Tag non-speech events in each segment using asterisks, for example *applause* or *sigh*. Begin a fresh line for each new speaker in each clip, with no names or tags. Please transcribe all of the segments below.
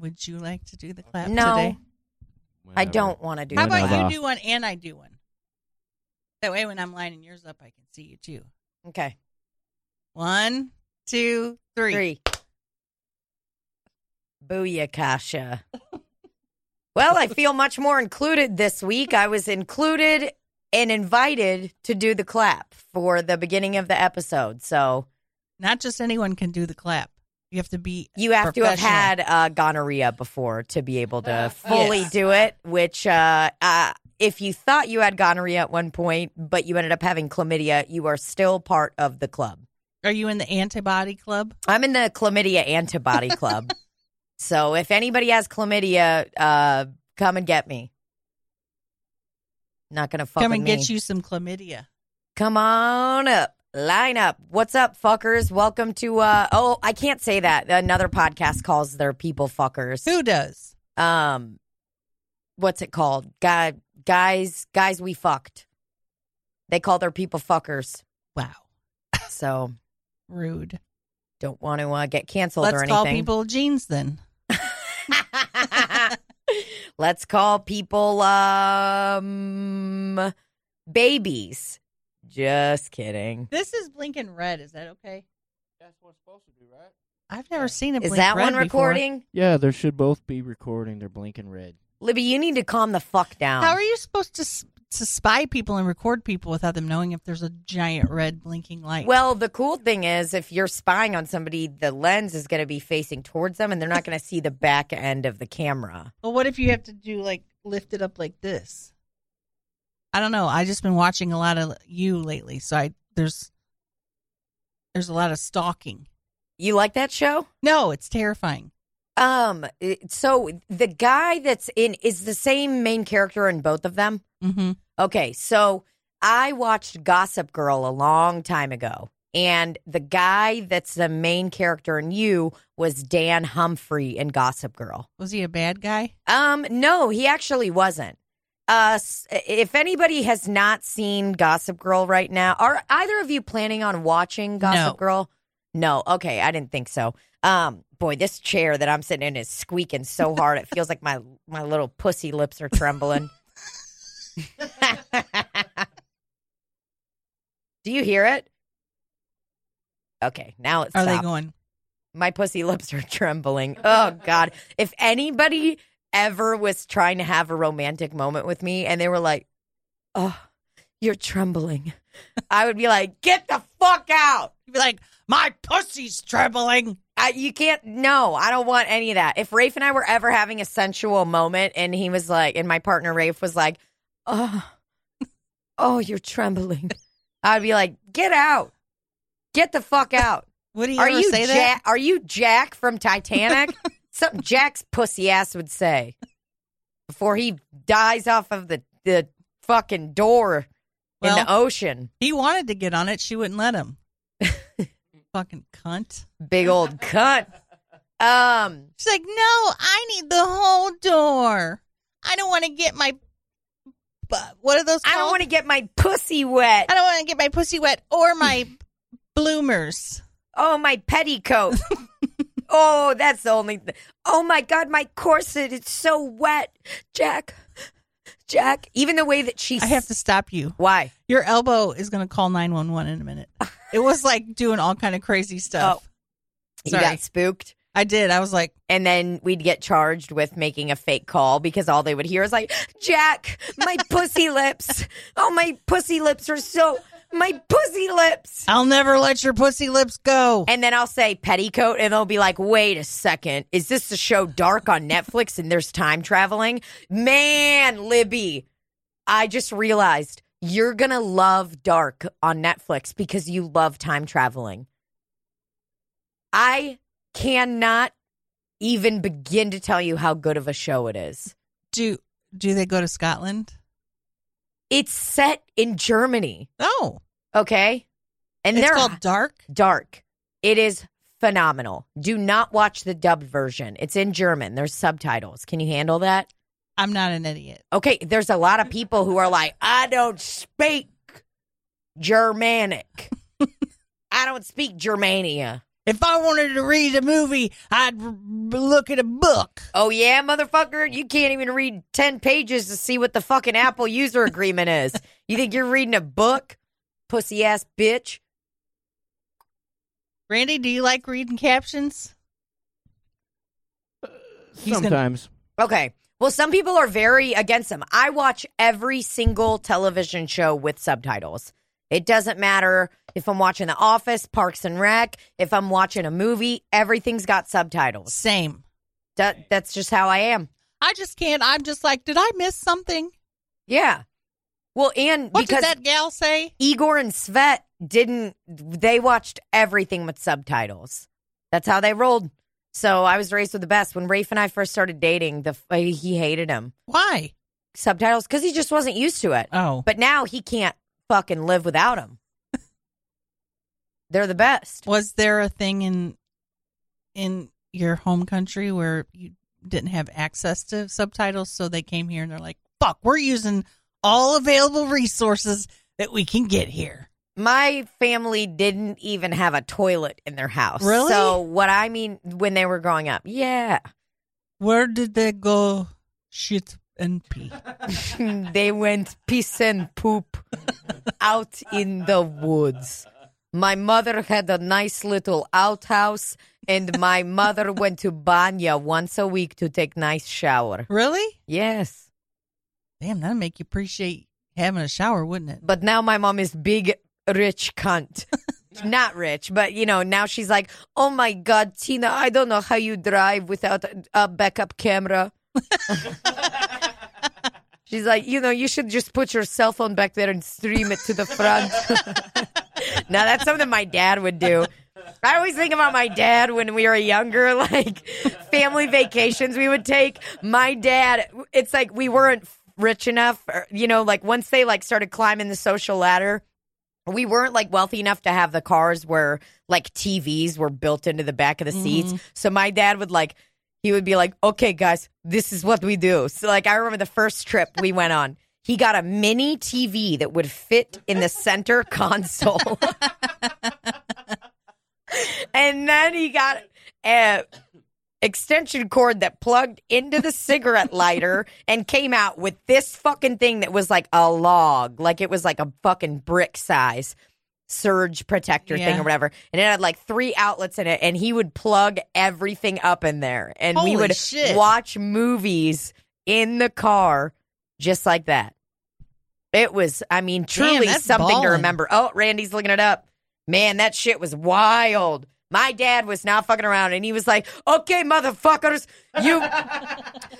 Would you like to do the clap
No,
today?
I don't want to do
How
it.
about
Whenever.
you do one and I do one? That way, when I'm lining yours up, I can see you too.
Okay,
One, two, three.
three. Booyah, Kasha. well, I feel much more included this week. I was included and invited to do the clap for the beginning of the episode. So
Not just anyone can do the clap. You have to be.
you have to have
Professional. Uh,
had uh, gonorrhea before to be able to fully do it, which uh, uh, if you thought you had gonorrhea at one point, but you ended up having chlamydia, you are still part of the club.
Are you in the antibody club?
I'm in the chlamydia
*laughs*
antibody club. so if anybody has chlamydia, uh, come and get me. Not gonna fuck
Come
with
and
me.
get you some chlamydia.
Come on up. Line up. What's up, fuckers? Welcome to uh oh, I can't say that. Another podcast calls their people fuckers.
Who does?
Um what's it called? Guy guys guys we fucked. They call their people fuckers.
Wow,
So
rude.
don't want to uh, get canceled or
Let's
anything.
call people jeans then.
*laughs* Let's call people um babies. Just kidding.
This is blinking red. Is that okay?
That's what it's supposed to be, right?
I've never seen a
Is
blink
that
red
one
before.
recording?
Yeah, there should both be recording. They're blinking red.
Libby, you need to calm the fuck down.
How are you supposed to s- to spy people and record people without them knowing if there's a giant red blinking light?
well, the cool thing is if you're spying on somebody, the lens is going to be facing towards them and they're not going to see the back end of the camera.
Well, what if you have to do like lift it up like this? I don't know. I just been watching a lot of you lately, so I there's there's a lot of stalking.
You like that show?
No, it's terrifying.
Um it- so the guy that's in is the same main character in both of them?
Mm-hmm.
Okay, so I watched Gossip Girl a long time ago, and the guy that's the main character in you was Dan Humphrey in Gossip Girl.
Was he a bad guy?
Um, no, he actually wasn't. Uh, s- if anybody has not seen Gossip Girl right now, are either of you planning on watching Gossip
No.
Girl? No. Okay, I didn't think so. Um, boy, this chair that I'm sitting in is squeaking so hard it feels like my my little pussy lips are trembling. *laughs* Do you hear it? Okay, now it's
Are they going?
my pussy *laughs* lips are trembling. Oh God. If anybody ever was trying to have a romantic moment with me and they were like, Oh, you're trembling, I would be like, Get the fuck out.
You'd be like, my pussy's trembling.
I, you can't. No, I don't want any of that. If Rafe and I were ever having a sensual moment, and he was like, and my partner Rafe was like, "Oh, oh, you're trembling," I'd be like, "Get out, get the fuck out."
Would he
Are
ever
you
say
Jack?
that?
Are you Jack from
*laughs*
Titanic? Something Jack's pussy ass would say before he dies off of the the fucking door
Well-
in the ocean.
He wanted to get on it. She wouldn't let
*laughs*
him. Fucking cunt.
Big old cunt. Um.
She's like, no, I need the whole door. I don't want to get my. bu- What are those?
I don't
called?
want to get my pussy wet.
I don't want to get my pussy wet or my bloomers.
Oh, my
*laughs*
petticoat. oh, that's the only. Th- oh my God, my corset. It's so wet, Jack. Jack. Even the way that she.
I have to stop you.
Why?
Your elbow is going to call 911 in a minute. It was like doing all kind of crazy stuff.
Oh.
Sorry.
You got spooked.
I did. I was like,
And then we'd get charged with making a fake call because all they would hear is like, Jack, my pussy lips. Oh, my pussy lips are so, my pussy lips.
I'll never let your pussy lips go.
And then I'll say petticoat, and they'll be like, wait a second. Is this the show Dark on Netflix and there's time traveling? Man, Libby, I just realized you're going to love Dark on Netflix because you love time traveling. I cannot even begin to tell you how good of a show it is.
Do do they go to Scotland?
It's set in Germany,
No.
okay? And
it's
they're
called Dark.
dark. It is phenomenal. Do not watch the dubbed version. It's in German. There's subtitles. Can you handle that?
I'm not an idiot.
Okay, there's a lot of people who are like, I don't speak Germanic. I don't speak Germania.
If I wanted to read a movie, I'd r- look at a book.
Oh yeah, motherfucker! You can't even read ten pages to see what the fucking Apple user agreement is. You think you're reading a book, pussy ass bitch?
Randy, do you like reading captions? He's gonna-
Sometimes.
Okay. Well, some people are very against them. I watch every single television show with subtitles. It doesn't matter if I'm watching The Office, Parks and Rec, if I'm watching a movie, everything's got subtitles.
Same.
That, that's just how I am.
I just can't. I'm just like, did I miss something?
Yeah. Well, and
What
because
did that gal say?
Igor and Svet didn't they watched everything with subtitles. That's how they rolled. So I was raised with the best. When Rafe and I first started dating, the uh, he hated him
Why?
subtitles because he just wasn't used to it.
Oh,
But now he can't fucking live without them. They're the best.
was there a thing in in your home country where you didn't have access to subtitles, so they came here and they're like, "Fuck, we're using all available resources that we can get here."
My family didn't even have a toilet in their house.
Really?
So what I mean when they were growing up, yeah, *laughs*
Where did they go? Shit and pee.
they went piss and poop out in the woods. My mother had a nice little outhouse, and my mother went to Banya once a week to take nice shower.
*laughs* Really?
Yes,
Damn, that'd make you appreciate having a shower, wouldn't it?
but now my mom is big rich cunt. Not rich, but you know now she's like, oh my god, Tina, I don't know how you drive without a- a backup camera. She's like, you know, you should just put your cell phone back there and stream it to the front. *laughs* now that's something my dad would do. I always think about my dad when we were younger, *laughs* like family vacations we would take. My dad, it's like we weren't rich enough, or, you know, like once they like started climbing the social ladder, we weren't like wealthy enough to have the cars where like TVs were built into the back of the seats. So my dad would like he would be like, "Okay, guys, this is what we do." So like I remember the first trip we went on. He got a mini TV that would fit in the center *laughs* console. and then he got a extension cord that plugged into the cigarette lighter and came out with this fucking thing that was like a log, like it was like a fucking brick size surge protector thing
Yeah.
or whatever. And it had like three outlets in it and he would plug everything up in there and we
Holy
would
shit.
watch movies in the car just like that. It was, I mean, truly
that's
something to
ballin'.
remember. Oh, Randy's looking it up. Man, that shit was wild. My dad was not fucking around, and he was like, "Okay, motherfuckers,
*laughs*
you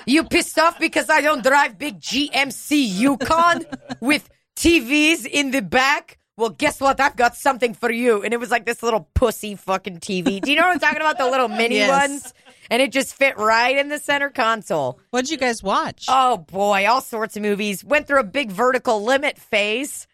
you pissed off because I don't drive big GMC Yukon with TVs in the back? Well, guess what? I've got something for you. And it was like this little pussy fucking TV. Do you know what I'm talking about? The little
*laughs*
mini
Yes.
ones? And it just fit right in the center console.
What'd you guys watch?
Oh boy, all sorts of movies. Went through a big vertical limit phase.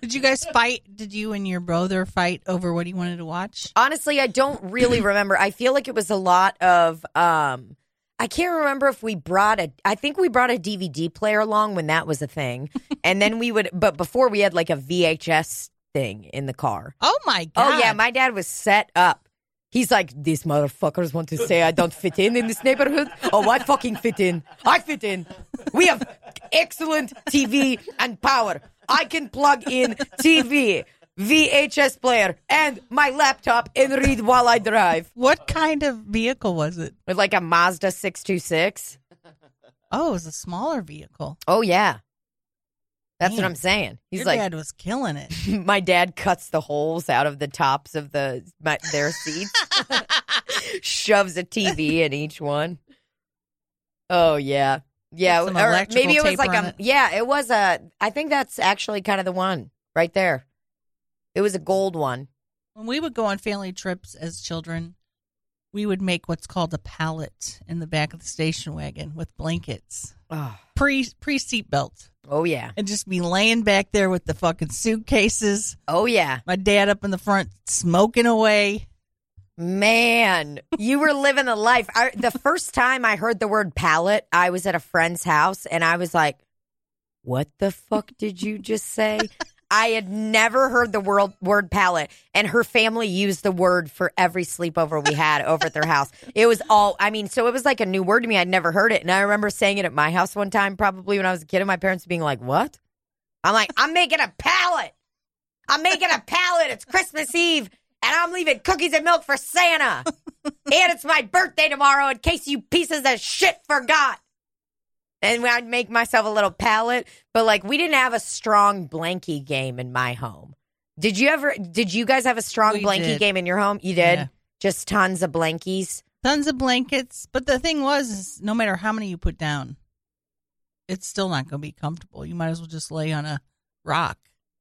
Did you guys fight? Did you and your brother fight over what he wanted to watch?
Honestly, I don't really remember. I feel like it was a lot of um I can't remember if we brought a I think we brought a DVD player along when that was a thing. And then we would but before we had like a VHS thing in the car.
Oh my god!
Oh yeah, my dad was set up. He's like, these motherfuckers want to say I don't fit in in this neighborhood. Oh, I fucking fit in. I fit in. We have excellent TV and power. I can plug in TV, VHS player, and my laptop and read while I drive.
what kind of vehicle was it?
With like a Mazda 626.
Oh, it was a smaller vehicle.
Oh, yeah. That's what
Man.
I'm saying. He's
Your
like,
dad was killing it.
*laughs* my dad cuts the holes out of the tops of the my, their seats, *laughs* shoves a TV in each one. Oh yeah, yeah.
Put some
or
electrical
maybe it was
tape
like
on
a
it.
yeah. It was a. I think that's actually kind of the one right there. It was a gold one.
When we would go on family trips as children, we would make what's called a pallet in the back of the station wagon with blankets,
Oh,
pre pre seatbelt,
oh yeah,
and just be laying back there with the fucking suitcases.
oh yeah.
My dad up in the front smoking away.
Man, you were living the life. I, the first time I heard the word pallet, I was at a friend's house and I was like, what the fuck did you just say? I had never heard the word word palette, and her family used the word for every sleepover we had over at their house. It was all I mean, so it was like a new word to me. I'd never heard it, and I remember saying it at my house one time, probably when I was a kid, and my parents being like, "What?" I'm like, "I'm making a palette. I'm making a palette. It's Christmas Eve, and I'm leaving cookies and milk for Santa, and it's my birthday tomorrow. In case you pieces of shit forgot." and I'd make myself a little palette. But like, we didn't have a strong blankie game in my home. Did you ever? Did you guys have a strong
We
blankie
did.
game in your home? You did.
Yeah.
Just tons of blankies.
Tons of blankets. But the thing was, is no matter how many you put down, it's still not going to be comfortable. You might as well just lay on a rock.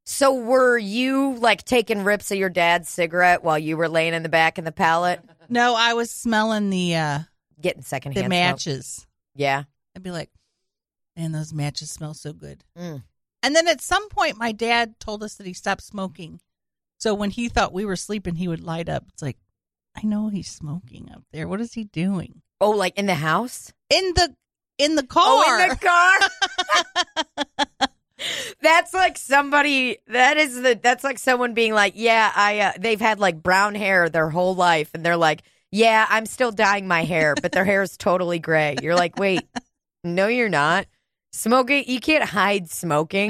So were you like taking rips of your dad's cigarette while you were laying in the back in the pallet,
No, I was smelling the uh
getting secondhand
the
smoke?
matches.
Yeah.
I'd be like, man, those matches smell so good.
Mm.
And then at some point, my dad told us that he stopped smoking. So when he thought we were sleeping, he would light up. It's like, I know he's smoking up there. What is he doing
Oh, like in the house?
in the in the car?
Oh, in the car. *laughs* That's like somebody. That is the. That's like someone being like, "Yeah, I." Uh, they've had like brown hair their whole life, and they're like, "Yeah, I'm still dyeing my hair, but their hair is totally gray." You're like, "Wait, no, you're not." Smoking, you can't hide smoking.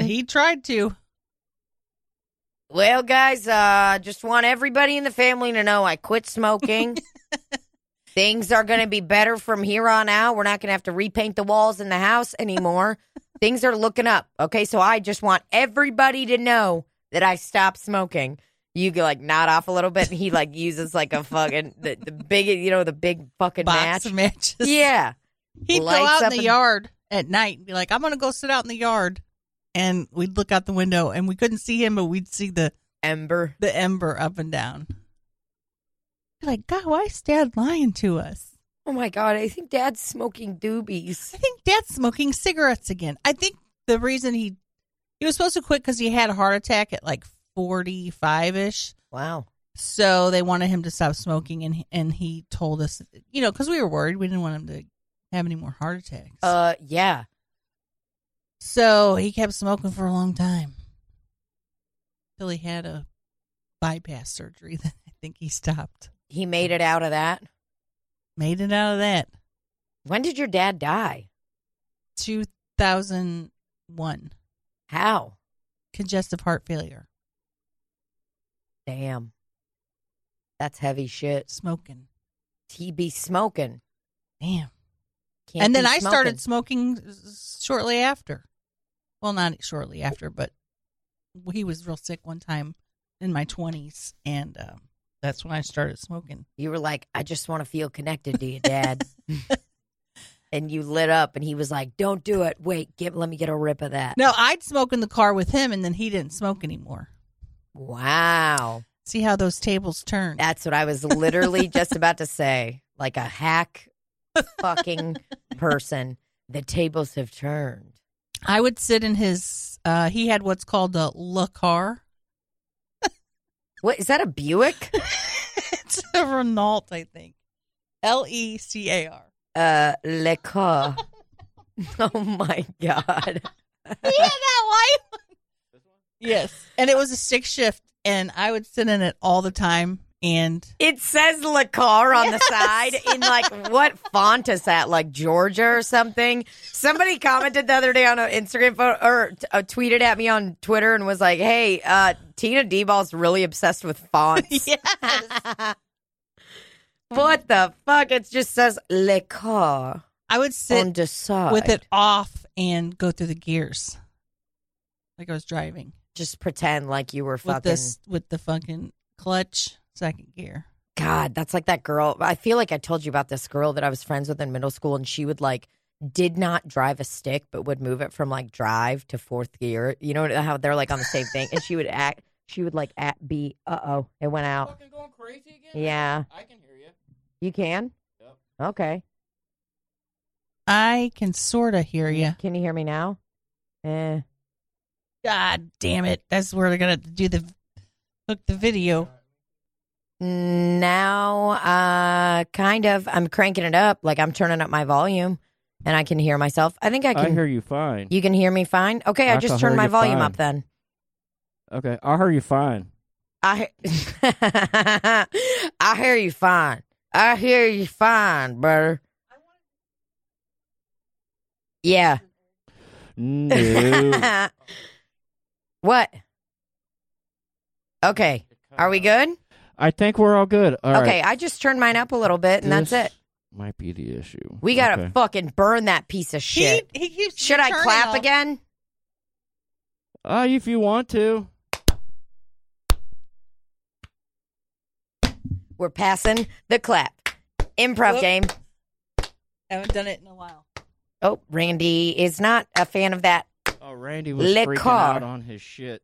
*laughs* he tried to.
well, guys, uh, just want everybody in the family to know I
*laughs*
quit smoking. Things are going to be better from here on out. We're not going to have to repaint the walls in the house
*laughs*
anymore. Things are looking up. Okay, so I just want everybody to know that I stopped smoking. You go like nod off a little bit, and he like uses like a fucking the, the big you know the big fucking
Box
match. *laughs*
of matches.
Yeah,
He'd go out
lights up
in the
and-
yard at night and be like, I'm going to go sit out in the yard. And we'd look out the window and we couldn't see him, but we'd see the,
ember.
the ember up and down. Be Like, God, why is dad lying to us?
Oh my god, I think Dad's smoking doobies.
I think dad's smoking cigarettes again. I think the reason he he was supposed to quit because he had a heart attack at like 45 ish.
Wow.
So they wanted him to stop smoking, and and he told us, you know, because we were worried, we didn't want him to have any more heart attacks.
Uh, yeah.
So he kept smoking for a long time. Till he had a bypass surgery. *laughs* Then I think he stopped.
He made it out of that.
Made it out of that.
When did your dad die?
2001.
How?
Congestive heart failure.
Damn. That's heavy shit.
Smoking.
He be smoking.
Damn.
Can't
and then
be
I started
smoking.
smoking s- shortly after. Well, not shortly after, but he was real sick one time in my 20s. And um, that's when I started smoking.
You were like, I just want to feel connected to
*laughs*
you, Dad. and you lit up, and he was like, Don't do it. Wait, give, let me get a rip of that.
No, I'd smoke in the car with him, and then he didn't smoke anymore.
Wow.
See how those tables turn.
That's what I was literally just about to say. Like a hack
*laughs*
fucking person. The tables have turned.
I would sit in his. Uh, he had what's called a Le Car.
What is that a Buick?
*laughs* it's a Renault, I think. L E C A R.
Uh,
*laughs*
Le Car. Oh my God.
Yeah, that wife.
This one?
Yes, and it was a six shift, and I would sit in it all the time. And
It says Le Car on the side in like what font is that? Like Georgia or something? Somebody commented the other day on an Instagram photo or uh, tweeted at me on Twitter and was like, "Hey, uh, Tina D-Ball's really obsessed with
*laughs*
fonts." *laughs* what the fuck? It just says Le Car
I would
on
sit
the side
with it off and go through the gears, like I was driving
Just pretend like you were
with
fucking.
this with the fucking clutch second gear.
God, that's like that girl. I feel like I told you about this girl that I was friends with in middle school, and she would like did not drive a stick, but would move it from like drive to fourth gear. You know how they're like on the same thing, and she would act. She would like at be. Uh oh, it went out.
Fucking going crazy again?
Yeah,
I can hear you.
you can.
Yep.
Okay,
I can sorta hear you.
can you hear me now? Eh.
God damn it! That's where they're gonna do the hook the video.
Now, uh, kind of. I'm cranking it up. Like I'm turning up my volume, and I can hear myself. I think I
I,
can.
hear you fine.
you can hear me fine. Okay, I,
I
just
can
turned
hear
my
you
volume
fine.
up then.
Okay. I heard you fine.
I he- *laughs* I hear you fine. I hear you fine, brother. Yeah.
No.
*laughs* what? Okay. Are we good?
I think we're all good. All right.
okay, I just turned mine up a little bit and that's it.
This Might be the issue.
We gotta
Okay.
fucking burn that piece of shit.
He, he keeps
Should I
returning
clap
all-
again?
Uh, if you want to.
We're passing the clap. Improv
Whoop.
game.
I haven't done it in a while.
Oh, Randy is not a fan of that.
Oh, Randy was
Le
freaking
car.
out on his shit.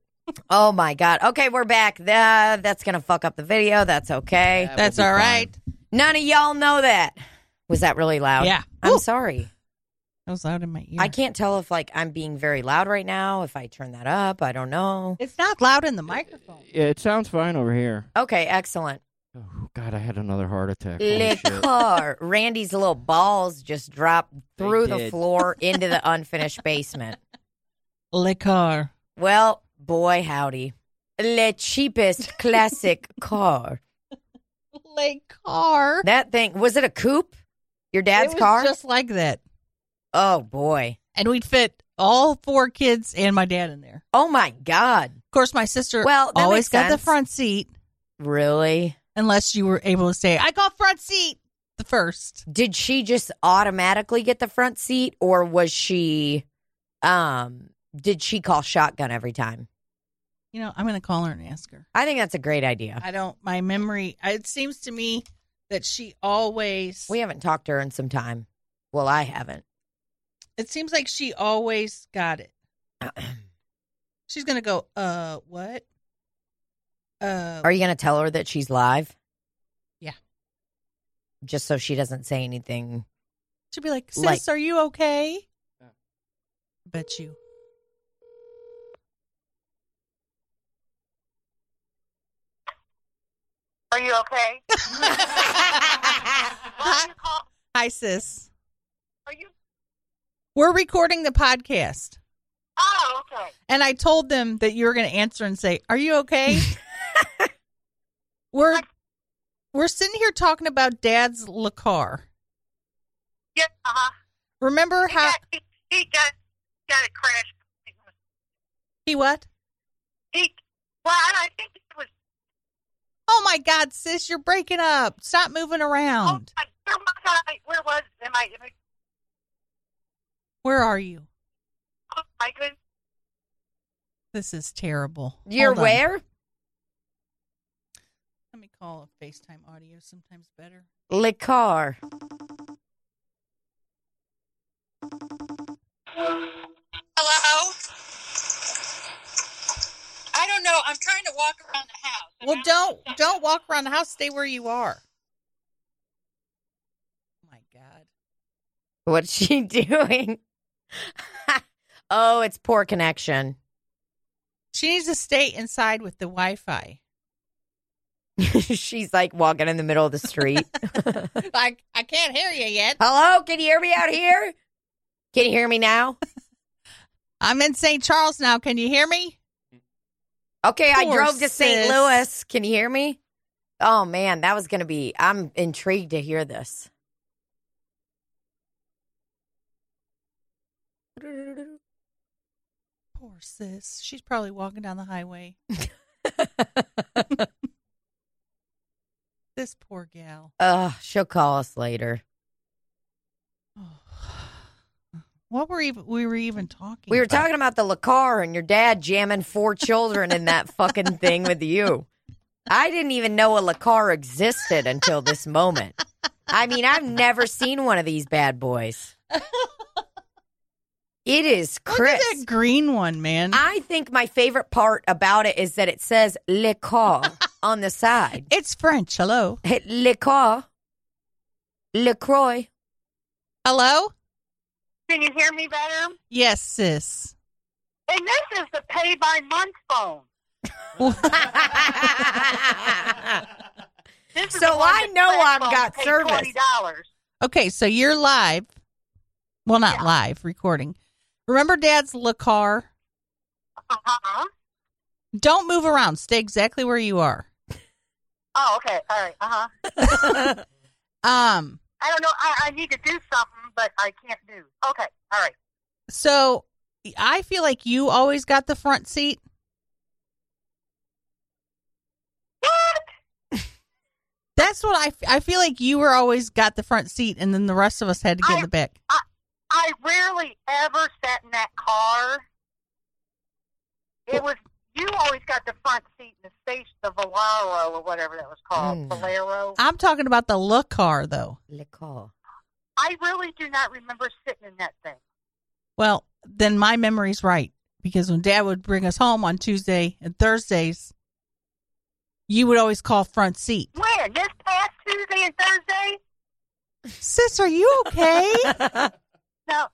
Oh my god. Okay, we're back. Tha- that's gonna fuck up the video. That's okay.
That
That's
will be
all
fine.
right.
None of y'all know that. Was that really loud?
Yeah.
I'm
Ooh.
sorry.
That was loud in my ear.
I can't tell if like I'm being very loud right now. If I turn that up, I don't know.
It's not loud in the microphone.
Yeah, it sounds fine over here.
Okay, excellent.
Oh God, I had another heart attack. Holy
Le
shit.
car. Randy's little balls just dropped
They
through the
*laughs*
did.
floor into the unfinished basement.
Liquor.
Well, boy howdy. Le cheapest classic car.
Liquor.
That thing was it a coupe? Your
it
dad's
was
car?
Just like that.
oh boy.
And we'd fit all four kids and my dad in there.
Oh my god.
Of course, my sister
Well, that
always
makes
got the
sense.
front seat,
Really?
unless you were able to say, I got front seat the first.
Did she just automatically get the front seat or was she um did she call shotgun every time?
You know, I'm going to call her and ask her.
I think that's a great idea.
I don't. My memory. It seems to me that she always.
We haven't talked to her in some time. Well, I haven't.
it seems like she always got
*clears throat*
it. She's gonna go. Uh, what? Uh,
Are you going to tell her that she's live?
Yeah.
Just so she doesn't say anything.
she'll be like, sis,
like-
are you okay?
Yeah.
Bet you.
Are you
*laughs*
okay? Why
Hi,
are you call-
hi, sis.
Are you?
We're recording the podcast,
Oh, okay.
and I told them that you were gonna answer and say, "Are you
*laughs*
okay?" we're we're sitting here talking about Dad's LaCar.
Yeah. Uh huh.
Remember
He
Uh,
how
got he, he got got it crashed.
he what?
He well, I think it was.
Oh my God, sis, you're breaking up. Stop moving
Oh,
around.
my, where was I? Where was am I? Am I
Where are you?
oh my goodness.
This is terrible.
You're
Hold on.
where?
Let me call a FaceTime audio. Sometimes better.
Le car.
Hello. I don't know. I'm trying to walk around the house.
Well, don't don't walk around the house. Stay where you are. Oh my God.
What's she *laughs* doing? oh, it's poor connection. *laughs*
She needs to stay inside with the Wi-Fi.
She's like walking in the middle of
*laughs*
the street.
I I can't hear you yet.
Hello, can you hear me out here? Can you hear me now?
I'm in St. Charles now. Can you hear me?
Okay, I
Poor
drove to St.
sis.
Louis. Can you hear me? Oh man, that was going to be I'm intrigued to
*laughs*
hear this.
Poor sis. She's probably walking down the highway. This poor gal.
Uh, she'll call us later.
What were even we were even talking?
We were
about?
talking about the LaCar and your dad jamming four children in that fucking thing with you. I didn't even know a LaCar existed until this moment. I mean, I've never seen one of these bad boys. It is
*laughs* Look at that
crisp.
green one, man.
I think my favorite part about it is that it says
*laughs*
LaCar on the side.
it's French. Hello.
LaCar.
*laughs*
LaCroix.
Hello?
Can you hear me better?
Yes, sis.
*laughs*
And this is the pay by month phone. This is
So
the one
I
that
know
flat
I've
phone
got
paid
service.
Twenty dollars.
okay, so you're live. Well, not live, recording. Remember dad's LaCar?
Uh huh.
Don't move around. Stay exactly where you are.
Oh, okay. All right. Uh huh.
Um.
I don't know. I, I need to do something, but I can't do. Okay. All right.
So I feel like you always got the front seat.
What?
That's what I, f- I feel like you were always got the front seat, and then the rest of us had to get in the back.
I rarely ever sat in that car. It was you always got the front seat in the station, the Valero or whatever that was called,
Mm.
Valero.
I'm talking about the look car, though.
Licor.
I really do not remember sitting in that thing.
Well, then my memory's right because when Dad would bring us home on Tuesday and Thursdays, you would always call front seat.
When this past Tuesday and Thursday?
Sis, are you okay?
No.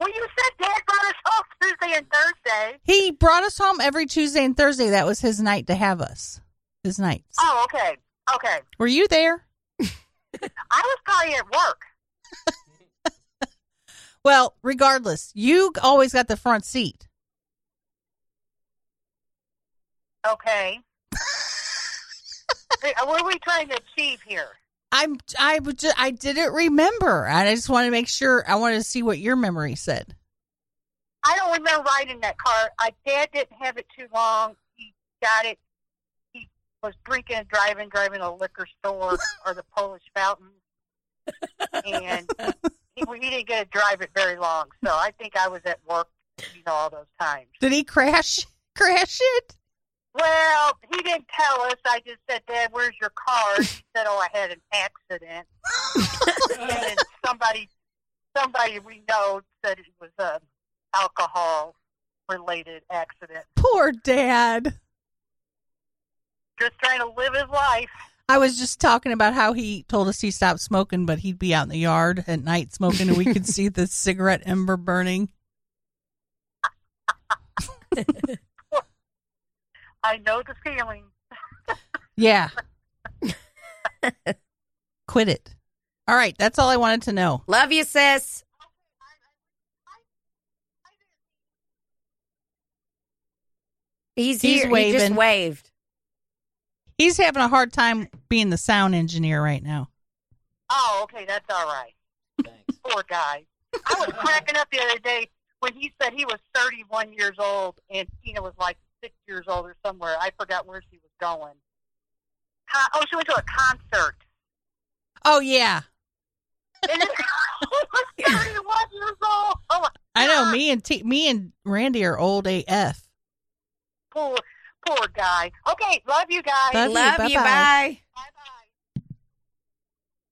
Well, you said Dad brought us home Tuesday and Thursday.
*laughs* he brought us home every Tuesday and Thursday. That was his night to have us. His nights.
Oh, okay, okay.
Were you there?
I was probably at work.
Well, regardless, you always got the front seat.
Okay. Hey, what are we trying to achieve here?
I'm I would ju- I didn't remember. And I just want to make sure I wanted to see what your memory said.
I don't remember riding that car. I dad didn't have it too long. He got it. He was drinking and driving, driving to a liquor store or the Polish fountain, and he, he didn't get to drive it very long. So I think I was at work, you know, all those times.
Did he crash *laughs* crash it?
Well, he didn't tell us. I just said, "Dad, where's your car?" He said, "Oh, I had an accident." and then somebody, somebody we know said it was a alcohol related accident.
Poor dad.
Just trying to live his life.
I was just talking about how he told us he stopped smoking, but he'd be out in the yard at night smoking, and we could see *laughs* the cigarette ember burning.
I know the feeling.
Yeah. *laughs* Quit it. All right, that's all I wanted to know.
Love you, sis. He's
He's
here. He just
waving.
waved.
He's having a hard time being the sound engineer right now.
Oh, okay, that's all right.
Thanks.
Poor guy. I was cracking up the other day when he said he was 31 years old and Tina was like six years old or somewhere. I forgot where she was going. Con- oh, she went to a concert. *laughs*
Oh yeah,
And then she was 31 years old. Oh, my
I know. Me and T- me and Randy are old AF.
poor, poor guy. Okay, love you guys.
Love you.
Love you. Bye.
bye bye.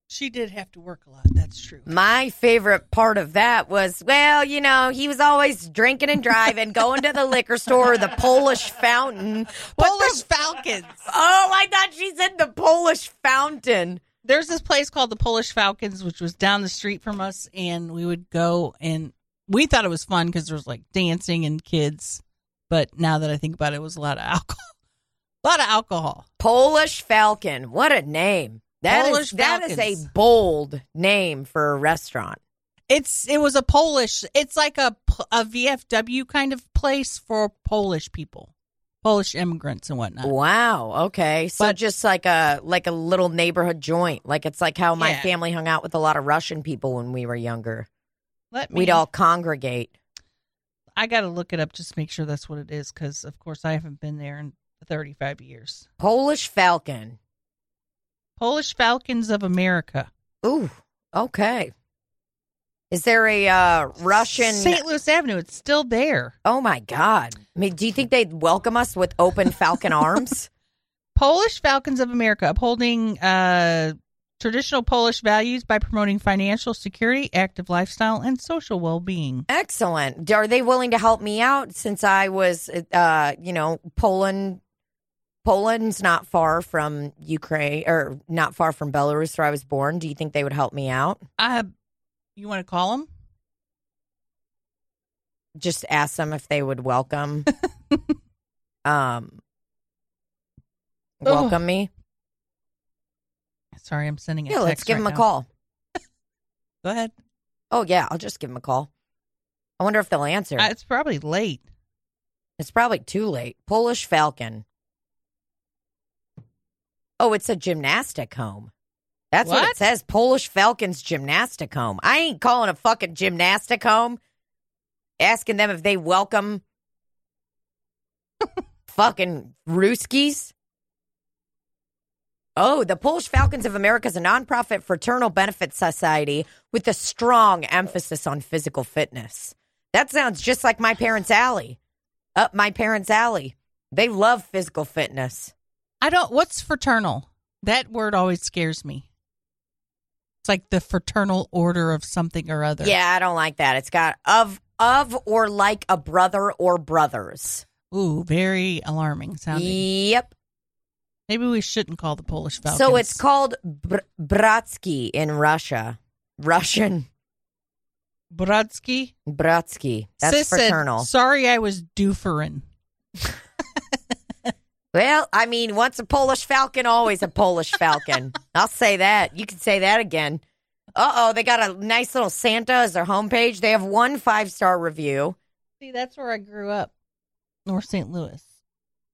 She did have to work a lot. That's true.
My favorite part of that was, well, you know, he was always drinking and driving, *laughs* going to the liquor store, the Polish fountain. What the-
Polish Falcons.
oh, I thought she said the Polish fountain.
There's this place called the Polish Falcons, which was down the street from us, and we would go and we thought it was fun because there was like dancing and kids. But now that I think about it, it was a lot of alcohol. *laughs* A lot of alcohol.
Polish Falcon. What a name. That is
Polish
that is
Falcons.
a bold name for a restaurant.
It's it was a Polish. It's like a p- a VFW kind of place for Polish people, Polish immigrants and whatnot.
Wow. Okay. So
But-
just like a like a little neighborhood joint. Like it's like how my
Yeah.
family hung out with a lot of Russian people when we were younger.
Let me.
We'd all congregate.
I got to look it up just to make sure that's what it is, because of course I haven't been there in 35 years.
Polish Falcon.
Polish Falcons of America.
Ooh. Okay. Is there a uh, Russian?
St. Louis Avenue. It's still there.
oh my God. I mean, do you think they'd welcome us with open Falcon arms?
Polish Falcons of America upholding uh, traditional Polish values by promoting financial security, active lifestyle, and social well being.
Excellent. Are they willing to help me out since I was, uh, you know, Poland? Poland's not far from Ukraine or not far from Belarus where I was born. Do you think they would help me out?
Uh, you want to call them?
Just ask them if they
*laughs*
would welcome, um, welcome me.
Sorry, I'm sending a
Yeah, let's
text
give
right
them a
now.
call.
Go ahead.
Oh yeah, I'll just give them a call. I wonder if they'll answer.
Uh, it's probably late.
It's probably too late. Polish Falcon. Oh, it's a gymnastic home. That's what, it
What?
says. Polish Falcons gymnastic home. I ain't calling a fucking gymnastic home. Asking them if they welcome fucking Ruskies. Oh, the Polish Falcons of America is a nonprofit fraternal benefit society with a strong emphasis on physical fitness. That sounds just like my parents' alley up my parents' alley. They love physical fitness.
I don't. What's fraternal? That word always scares me. It's like the fraternal order of something or other.
Yeah, I don't like that. It's got of of or like a brother or brothers.
Ooh, very alarming sounding.
Yep.
Maybe we shouldn't call the Polish Falcons.
So it's called Br- Bratsky in Russia. Russian
Brodsky.
Bratsky. That's
Sis said,
fraternal.
Sorry, I was dooferin.
well, I mean, once a Polish falcon, always a Polish falcon. I'll say that. You can say that again. Uh oh, they got a nice little Santa as their homepage. They have one five star review.
See, that's where I grew up, North St. Louis.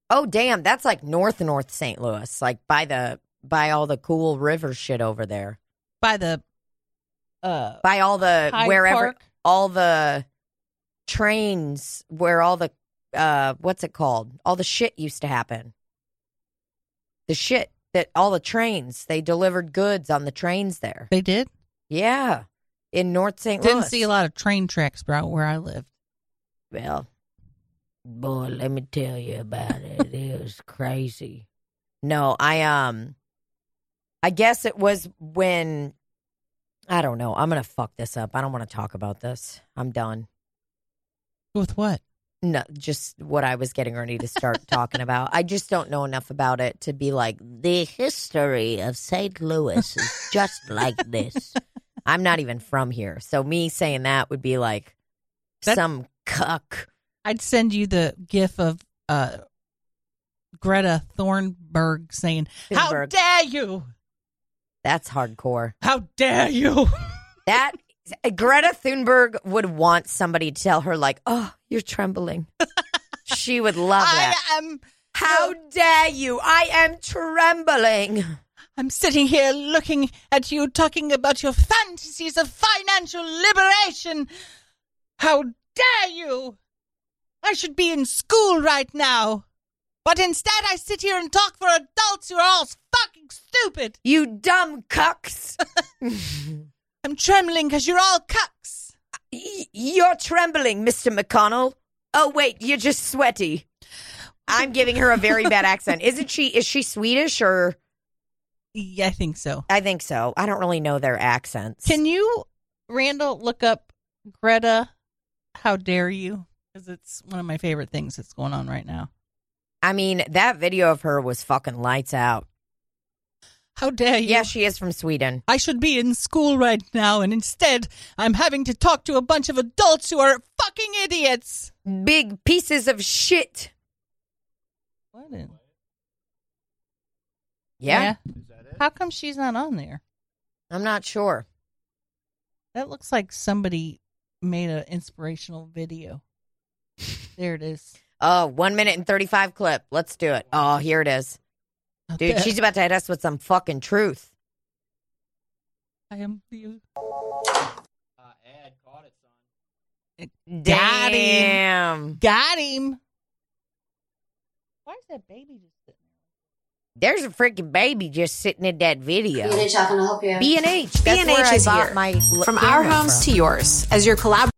Oh damn, that's like north north St. Louis, like by the by all the cool river shit over there.
By the uh
By all the
Hyde
wherever
Park.
all the trains where all the uh what's it called? All the shit used to happen. The shit that all the trains, they delivered goods on the trains there.
They did.
Yeah. In North St. Louis.
Didn't see a lot of train tracks about where I lived.
Well, boy, let me tell you about it. It was *laughs* crazy. No, I um, I guess it was when I don't know. I'm gonna fuck this up. I don't want to talk about this. I'm done.
With what?
No, just what I was getting ready
*laughs*
to start talking about. I just don't know enough about it to be like the history of St. Louis is just like
*laughs*
this. I'm not even from here, so me saying that would be like
That-
some cuck.
I'd send you the gif of uh Greta Thornburg saying, "How
Thunberg.
dare you?
That's hardcore.
How dare you?"
That Greta Thunberg would want somebody to tell her, like, "Oh, you're trembling." she would love
I
that.
am
How dare you? I am trembling.
I'm sitting here looking at you talking about your fantasies of financial liberation. How dare you? I should be in school right now. But instead I sit here and talk for adults who are all fucking stupid.
You dumb cucks.
I'm trembling because you're all cucks.
Y- you're trembling, Mr. McConnell. Oh wait, you're just sweaty. I'm giving her a very
*laughs*
bad accent. Isn't she? Is she Swedish or?
Yeah, I think so.
I think so. I don't really know their accents.
Can you, Randall, look up Greta? How dare you? Because it's one of my favorite things that's going on right now.
I mean, that video of her was fucking lights out.
How dare you?
Yeah, she is from Sweden.
I should be in school right now, and instead, I'm having to talk to a bunch of adults who are fucking idiots.
big pieces of shit.
What? In?
Yeah,
Is that it?
How come she's not on there?
I'm not sure.
That looks like somebody made an inspirational video. There it is.
Oh, one minute and 35 clip. Let's do it. Oh, here it is.
How
Dude, *laughs*
dare-
she's about to hit us with some fucking truth.
I am the
Uh, ad caught it, son.
Got him.
Damn.
Got him. Why is that baby just sitting
There's a freaking baby just sitting in that video.
B&H, how can I help you?
B&H. That's
B&H
where I
is
bought
here.
my l-
From our
camera
homes
from.
to yours, as your collab.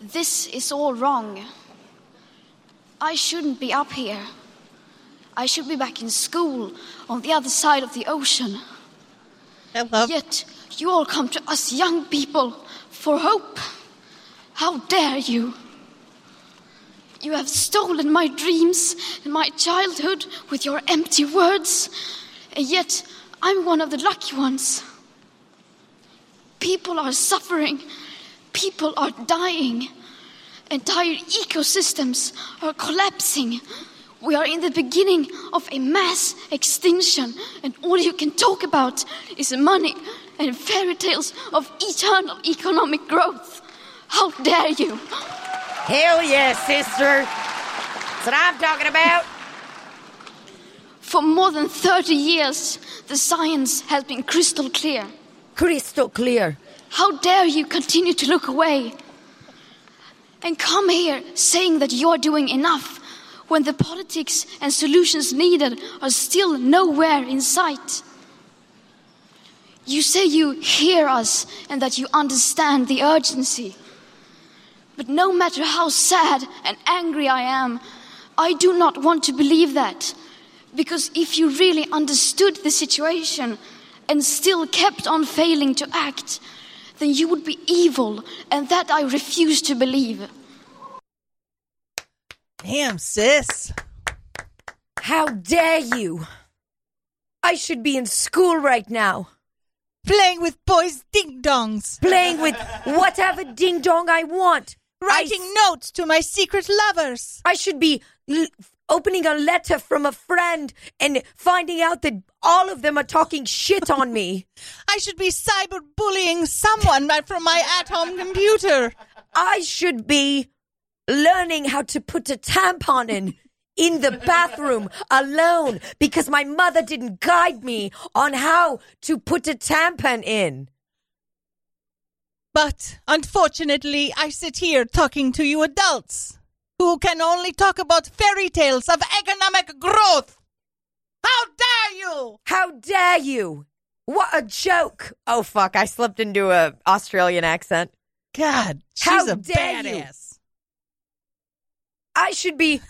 This is all wrong. I shouldn't be up here. I should be back in school on the other side of the ocean.
there? I love
Yet you all come to us young people for hope. How dare you? You have stolen my dreams and my childhood with your empty words, and yet I'm one of the lucky ones. People are suffering, people are dying, entire ecosystems are collapsing. We are in the beginning of a mass extinction, and all you can talk about is money and fairy tales of eternal economic growth. How dare you!
Hell yeah, sister. That's what I'm talking about.
For more than 30 years, the science has been crystal clear.
Crystal clear.
How dare you continue to look away and come here saying that you're doing enough when the politics and solutions needed are still nowhere in sight? You say you hear us and that you understand the urgency. But no matter how sad and angry I am, I do not want to believe that. Because if you really understood the situation and still kept on failing to act, then you would be evil, and that I refuse to believe.
Damn, sis.
How dare you? I should be in school right now,
Playing with boys' ding dongs.
playing with whatever ding dong I want.
Writing notes to my secret lovers.
I should be l- opening a letter from a friend and finding out that all of them are talking shit on *laughs* me.
I should be cyberbullying someone right from my at home computer.
I should be learning how to put a tampon in in the bathroom alone because my mother didn't guide me on how to put a tampon in.
But unfortunately, I sit here talking to you adults who can only talk about fairy tales of economic growth. How dare you!
How dare you? What a joke. Oh fuck, I slipped into a Australian accent.
God, she's
How
a
dare you.
badass.
I should be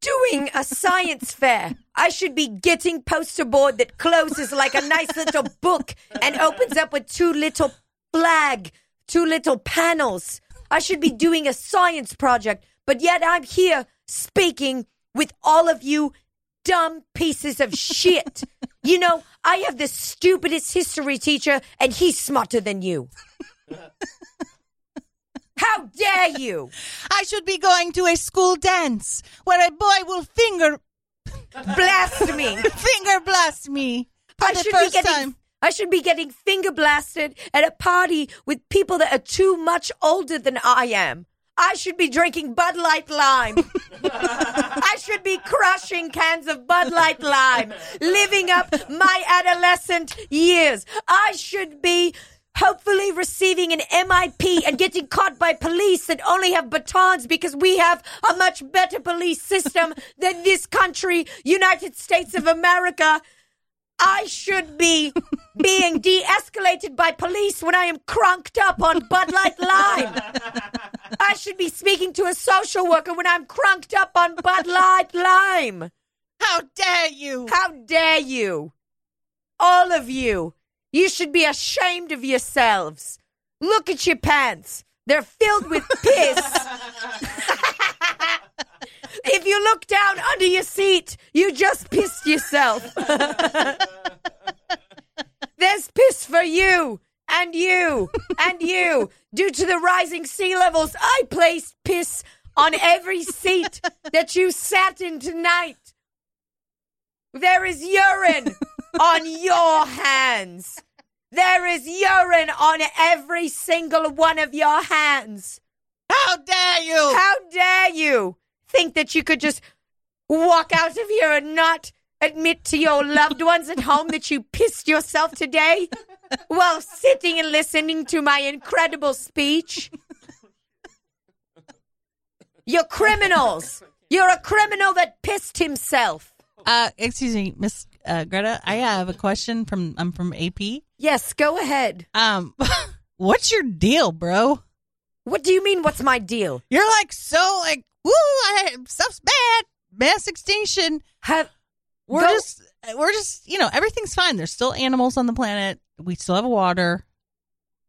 doing a science fair. I should be getting poster board that closes like a nice little book and opens up with two little flag, two little panels. I should be doing a science project, but yet I'm here speaking with all of you dumb pieces of shit. you know, I have the stupidest history teacher and he's smarter than you. How dare you?
I should be going to a school dance where a boy will finger *laughs*
Blast me.
finger blast me for
I
the
should
first
be getting,
time.
I should be getting finger blasted at a party with people that are too much older than I am. I should be drinking Bud
*laughs*
Light Lime. I should be crushing cans of Bud Light Lime, living up my adolescent years. I should be hopefully receiving an MIP and getting caught by police that only have batons because we have a much better police system than this country, United States of America. I should be being de escalated by police when I am crunked up on Bud Light Lime. I should be speaking to a social worker when I'm crunked up on Bud Light Lime.
How dare you!
How dare you? All of you. You should be ashamed of yourselves. Look at your pants. They're filled with piss. if you look down under your seat, you just pissed yourself. *laughs* There's piss for you and you and you. Due to the rising sea levels, I placed piss on every seat that you sat in tonight. There
*laughs*
is urine on your hands. There is urine on every single one of your hands.
How dare you!
How dare you think that you could just walk out of here and not admit to your loved ones at home that you pissed yourself today while sitting and listening to my incredible speech? You're criminals. You're a criminal that pissed himself.
uh, excuse me, Miss uh, Greta. I have a question from I'm from AP.
Yes, go ahead.
Um, *laughs* what's your deal, bro?
What do you mean, what's my deal?
You're like so like woo. I, stuff's bad. Mass extinction.
Have
We're
Go-
just we're just you know everything's fine. There's still animals on the planet. We still have water.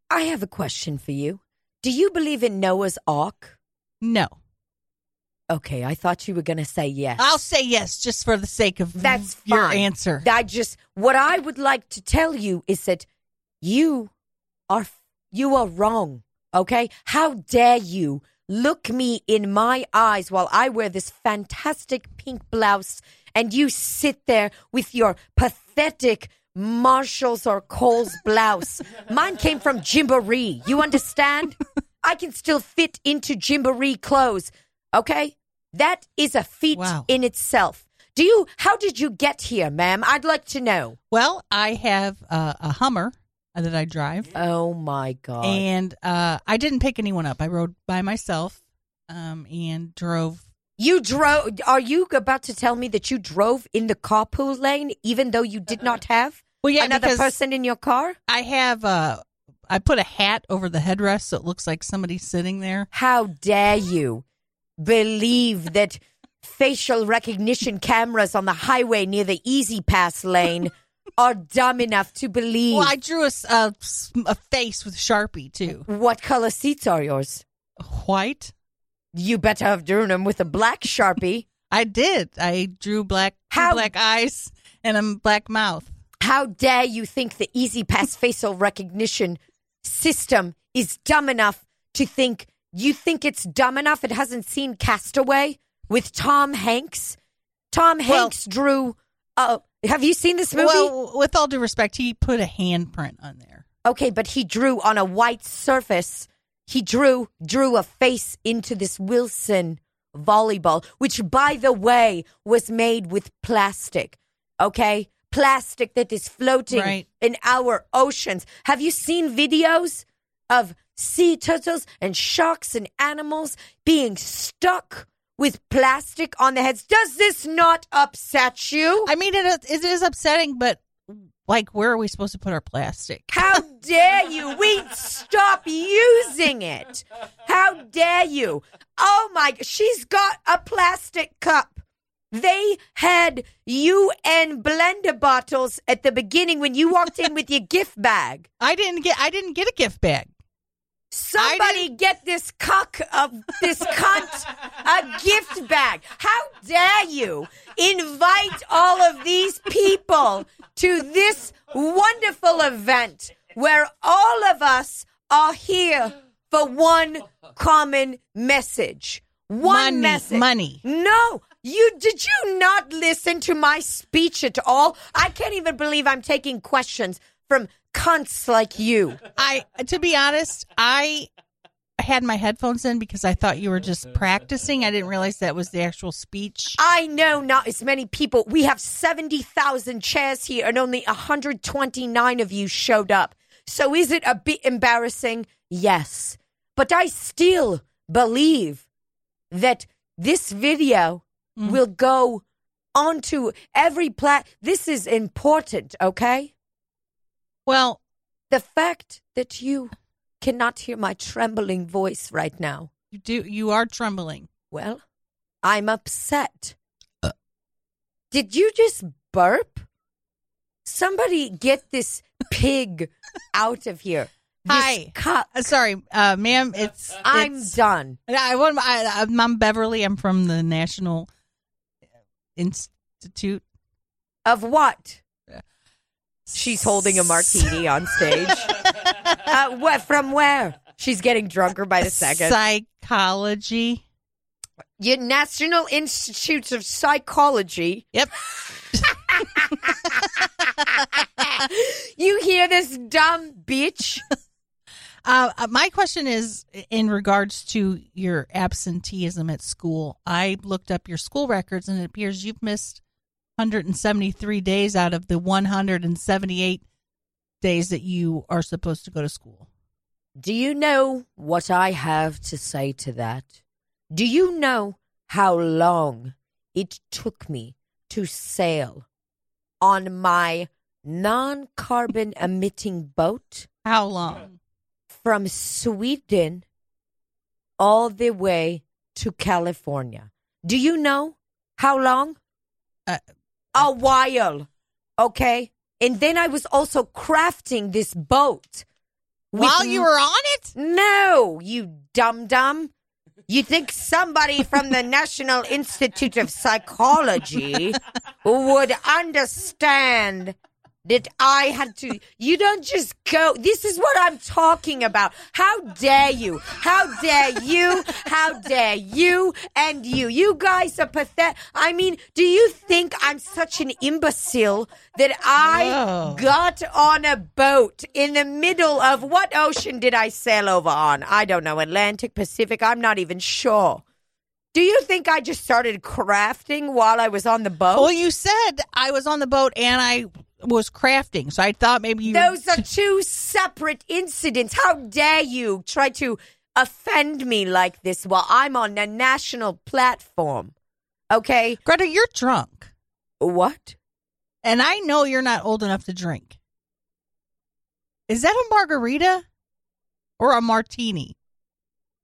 I have a question for you. Do you believe in Noah's Ark?
No,
Okay, I thought you were going to say yes.
I'll say yes just for the sake of
That's fine.
your answer.
I just what I would like to tell you is that you are you are wrong. Okay? How dare you look me in my eyes while I wear this fantastic pink blouse and you sit there with your pathetic Marshalls or Cole's blouse. Mine came from Gymboree. You understand? I can still fit into Gymboree clothes. Okay? That is a feat
Wow.
in itself. Do you? How did you get here, ma'am? I'd like to know.
Well, I have uh, a Hummer that I drive,
Oh my god!
and uh, I didn't pick anyone up. I rode by myself um, and drove.
you drove. Are you about to tell me that you drove in the carpool lane, even though you did not have
Well, yeah,
another
Uh, because
person in your car?
I have. Uh, I put a hat over the headrest so it looks like somebody's sitting there.
How dare you believe that facial recognition cameras on the highway near the Easy Pass lane are dumb enough to believe?
Well, I drew a, s- a s- a face with Sharpie too.
what color seats are yours?
White.
You better have drawn them with a black sharpie.
I did. I drew black, two
How-
black eyes, and a black mouth.
How dare you think the Easy Pass facial recognition system is dumb enough to think you think it's dumb enough it hasn't seen Castaway with Tom Hanks? Tom Hanks drew uh have you seen this movie?
Well, with all due respect, he put a handprint on there.
okay, but he drew on a white surface. He drew drew a face into this Wilson volleyball, which by the way was made with plastic. Okay? Plastic that is floating
Right.
in our oceans. Have you seen videos of sea turtles and sharks and animals being stuck with plastic on their heads? Does this not upset you?
I mean, it, it is upsetting, but like, where are we supposed to put our plastic?
How dare you? We stop using it. How dare you? Oh my, she's got a plastic cup. They had UN blender bottles at the beginning when you walked in with your gift bag.
I didn't get. I didn't get a gift bag.
Somebody get this cuck of this cunt a gift bag. How dare you invite all of these people to this wonderful event where all of us are here for one common message. One
Money,
message.
money.
No, you did you not listen to my speech at all? I can't even believe I'm taking questions from cunts like you.
I, to be honest, I had my headphones in because I thought you were just practicing. I didn't realize that was the actual speech.
I know not as many people. We have 70,000 chairs here and only 129 of you showed up. So is it a bit embarrassing? Yes. But I still believe that this video will go onto every plat. This is important, okay?
Well,
The fact that you cannot hear my trembling voice right now.
you do. You are trembling.
Well, I'm upset. Did you just burp? Somebody get this pig out of here. This
Hi.
cock.
Uh, sorry, uh, ma'am. It's
I'm
it's-
done.
I, want- I, I'm, I'm Beverly. I'm from the National Institute.
Of what? She's holding a martini on stage. uh, what, from where? She's getting drunker by the second.
Psychology.
Your National Institutes of Psychology.
Yep.
You hear this dumb bitch?
Uh, uh, my question is in regards to your absenteeism at school. I looked up your school records, and it appears you've missed 173 days out of the 178 days that you are supposed to go to school.
Do you know what I have to say to that? Do you know how long it took me to sail on my non carbon emitting boat
How long?
from Sweden all the way to California? Do you know how long?
Uh,
a while. Okay. And then I was also crafting this boat. with
While you were on it?
no, you dum dum. You think somebody from the National Institute of Psychology would understand that I had to. You don't just go. This is what I'm talking about. How dare you? How dare you? How dare you and you? You guys are pathetic. I mean, do you think I'm such an imbecile that I
Whoa.
got on a boat in the middle of what ocean did I sail over on? I don't know. Atlantic, Pacific, I'm not even sure. Do you think I just started crafting while I was on the boat?
Well, you said I was on the boat and I was crafting, so I thought maybe you.
Those are two separate incidents. How dare you try to offend me like this while I'm on a national platform? Okay?
Greta, you're drunk,
What?
and I know you're not old enough to drink. Is that a margarita or a martini?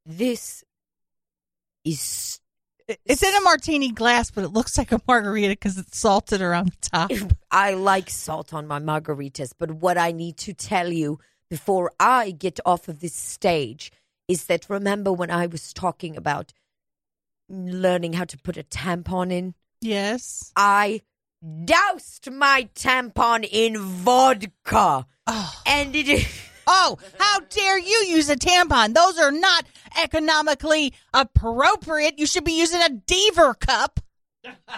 This is.
It's in a martini glass, but it looks like a margarita because it's salted around the top.
I like salt on my margaritas, but what I need to tell you before I get off of this stage is that remember when I was talking about learning how to put a tampon in?
*laughs* Yes.
I doused my tampon in vodka.
Oh.
And it
Oh, how dare you use a tampon? Those are not economically appropriate. You should be using a Deaver cup.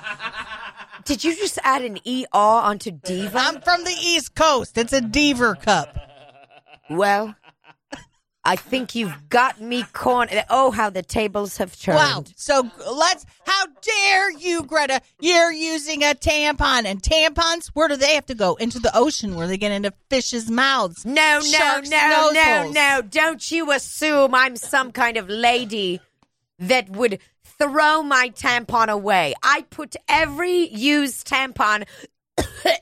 *laughs* did you just add an ER onto Diva?
I'm from the East Coast. It's a Deaver cup.
Well, I think you've got me cornered. Oh, how the tables have turned.
Wow. So let's. How dare you, Greta? You're using a tampon, and tampons. Where do they have to go? Into the ocean, where they get into fish's mouths.
No, no,
Sharks'
no,
nose
no,
holes.
no. Don't you assume I'm some kind of lady that would throw my tampon away. I put every used tampon *coughs*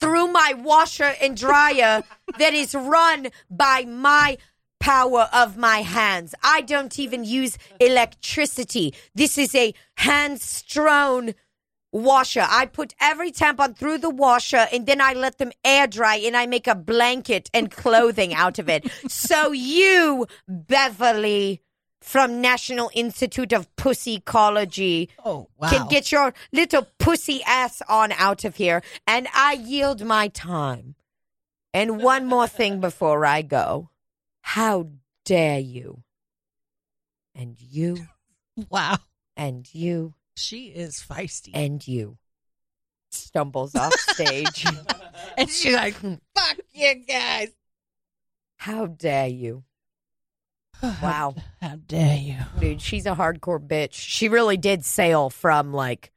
through my washer and dryer that is run by my power of my hands. I don't even use electricity. This is a hand strewn washer. I put every tampon through the washer and then I let them air dry and I make a blanket and clothing out of it. So you, Beverly from National Institute of Pussycology,
Oh, wow.
can get your little pussy ass on out of here. And I yield my time. And one more thing before I go. How dare you? And you,
wow.
and you,
She is feisty, and,
and you. Stumbles
*laughs*
off stage. *laughs*
she's like, "Fuck you guys."
How
*sighs*
dare you? Wow.
How dare you?
Dude, she's a hardcore bitch. She really did sail from like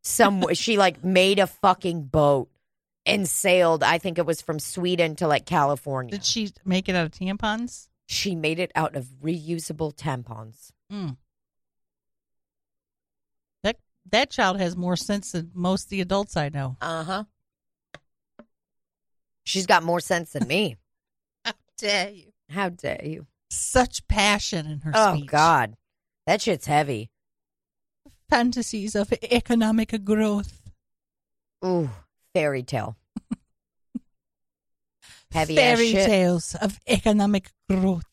some *laughs* she like made a fucking boat and sailed. I think it was from Sweden to like California.
Did she make it out of tampons?
She made it out of reusable tampons.
Mm. That that child has more sense than most of the adults I know.
Uh huh. She's got more sense than me.
How dare you?
How dare you?
Such passion in her
Oh,
speech.
God. That shit's heavy.
Fantasies of economic growth.
Ooh, fairy tale. heavy
Fairy
as shit.
tales of economic growth.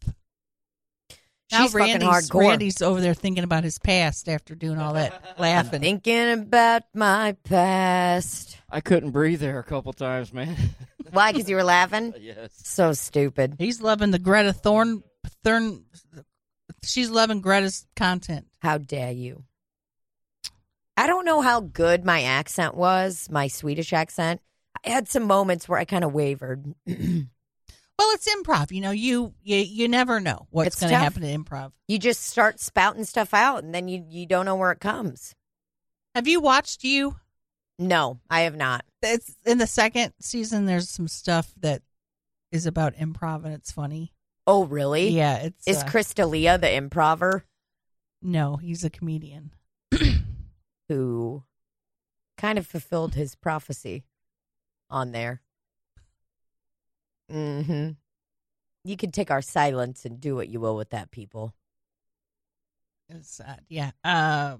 She's
now
fucking
Randy's,
hardcore.
Randy's over there thinking about his past after doing all *laughs* that
I'm
laughing.
thinking about my past.
I couldn't breathe there a couple times, man. *laughs*
Why? Because you were laughing?
yes.
So stupid.
He's loving the Greta Thorn Thorn. She's loving Greta's content.
How dare you? I don't know how good my accent was, my Swedish accent. I had some moments where I kind of wavered. you
Well, it's improv. You know, you you, you never know what's
It's
going to
tough.
happen in improv.
just start spouting stuff out and then you, you don't know where it comes.
Have you watched you?
No, I have not.
It's in the second season. There's some stuff that is about improv and it's funny.
Oh, really?
Yeah, it's
Is
uh,
Chris D'Elia the improver
No, he's a comedian.
who kind of fulfilled his prophecy on there? Mm hmm. You can take our silence and do what you will with that, people.
It's, uh, yeah, uh,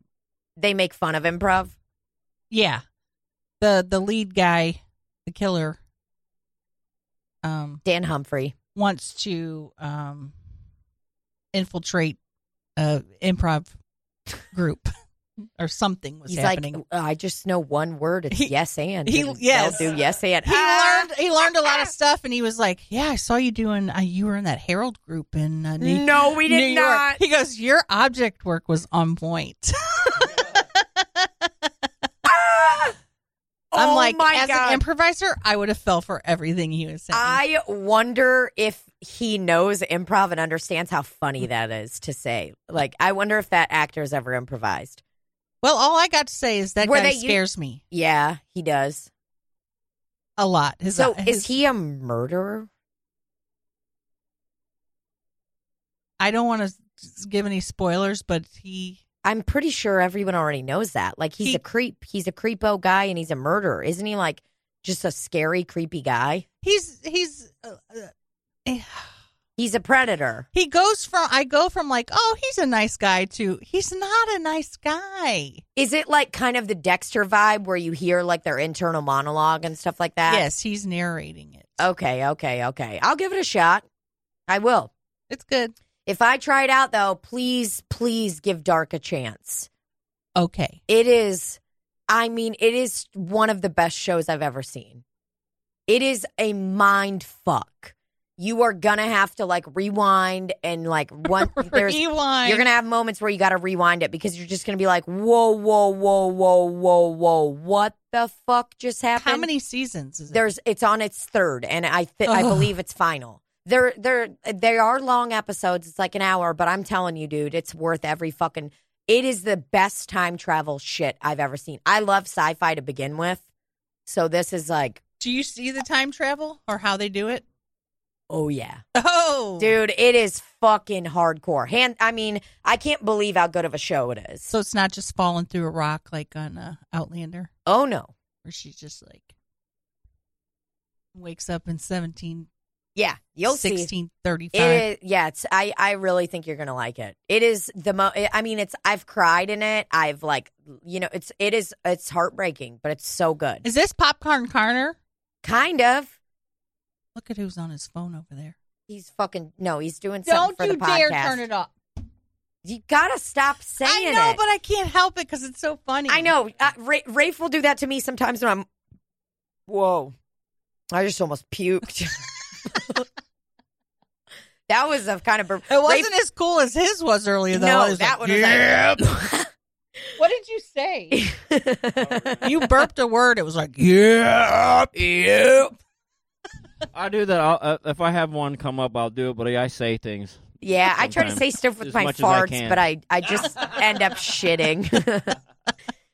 They make fun of improv.
yeah. The the lead guy, the killer, um,
Dan Humphrey.
wants to um infiltrate a improv group *laughs* or something was
He's
happening.
like, "Uh, I just know one word. It's
He-
yes and.
he-
and they'll
yes.
do yes and.
he
Ah!
learned he learned a lot
*laughs*
of stuff and he was like yeah i saw you doing uh, you were in that herald group in uh, new,
No, we
New
did
York." *laughs*
not.
he goes your object work was on point *laughs* Ah! i'm
oh
like
my
as
God.
an improviser i would have fell for everything he was saying
I wonder if he knows improv and understands how
Hmm.
funny that is to say. Like, I wonder if that actor's ever improvised.
Well, all I got to say is that
Were
guy
they u-
scares me
Yeah, he does.
a lot. His, uh,
so,
his,
is he a murderer?
I don't want to give any spoilers, but he
I'm pretty sure everyone already knows that. Like, he's
He-
a creep. He's a creepo guy, and he's a murderer, isn't he? Like, just a scary, creepy guy.
he's he's uh, uh,
He's a predator.
he goes from I go from like oh he's a nice guy to he's not a nice guy.
Is it like kind of the Dexter vibe where you hear like their internal monologue and stuff like that?
yes, he's narrating it.
Okay, okay, okay. I'll give it a shot. I will.
It's good.
If I try it out though, please, please give Dark a chance.
Okay.
It is, I mean, it is one of the best shows I've ever seen. It is a mind fuck. You are gonna have to like rewind and
*laughs*
like one.
*laughs*
There's
Rewind.
you're gonna have moments where you gotta rewind it because you're just gonna be like, whoa, whoa, whoa, whoa, whoa, whoa, what the fuck just happened?
How many seasons is it?
There's it's on its third, and I th- I
Ugh.
believe it's final. There there there are long episodes. It's like an hour, but I'm telling you, dude, it's worth every fucking. It is the best time travel shit I've ever seen. I love sci-fi to begin with, so this is like,
Do you see the time travel or how they do it?
oh yeah,
Oh,
dude, it is fucking hardcore. Hand, I mean, I can't believe how good of a show it is.
So it's not just falling through a rock like on uh, Outlander,
oh no,
where she just like wakes up in seventeen
yeah, you'll see.
sixteen thirty
It
five.
is, yeah, it's, I, I really think you're gonna like it. It is the mo. I mean, it's I've cried in it. I've like, you know, it's it is it's heartbreaking, but it's so good.
Is this popcorn Carner?
kind of.
Look at who's on his phone over there.
He's fucking no. He's doing something for the podcast.
off.
You gotta stop saying
I know,
it.
but I can't help it because it's so funny.
I know. Uh, Ra- Rafe will do that to me sometimes when I'm. Whoa, I just almost puked. *laughs* that was a kind of. bur-
it wasn't
Rafe-
as cool as his was earlier, though.
no,
It was
that
like,
one was like- *laughs*
What did you say? *laughs* you
you
burped a word. It was like yeah, yeah.
I do that. I'll, uh, if I have one come up, I'll do it. But I say things.
Yeah, I try to
Sometimes.
say stuff with
As
my
much as I
farts,
can.
but I, I just end up shitting. *laughs*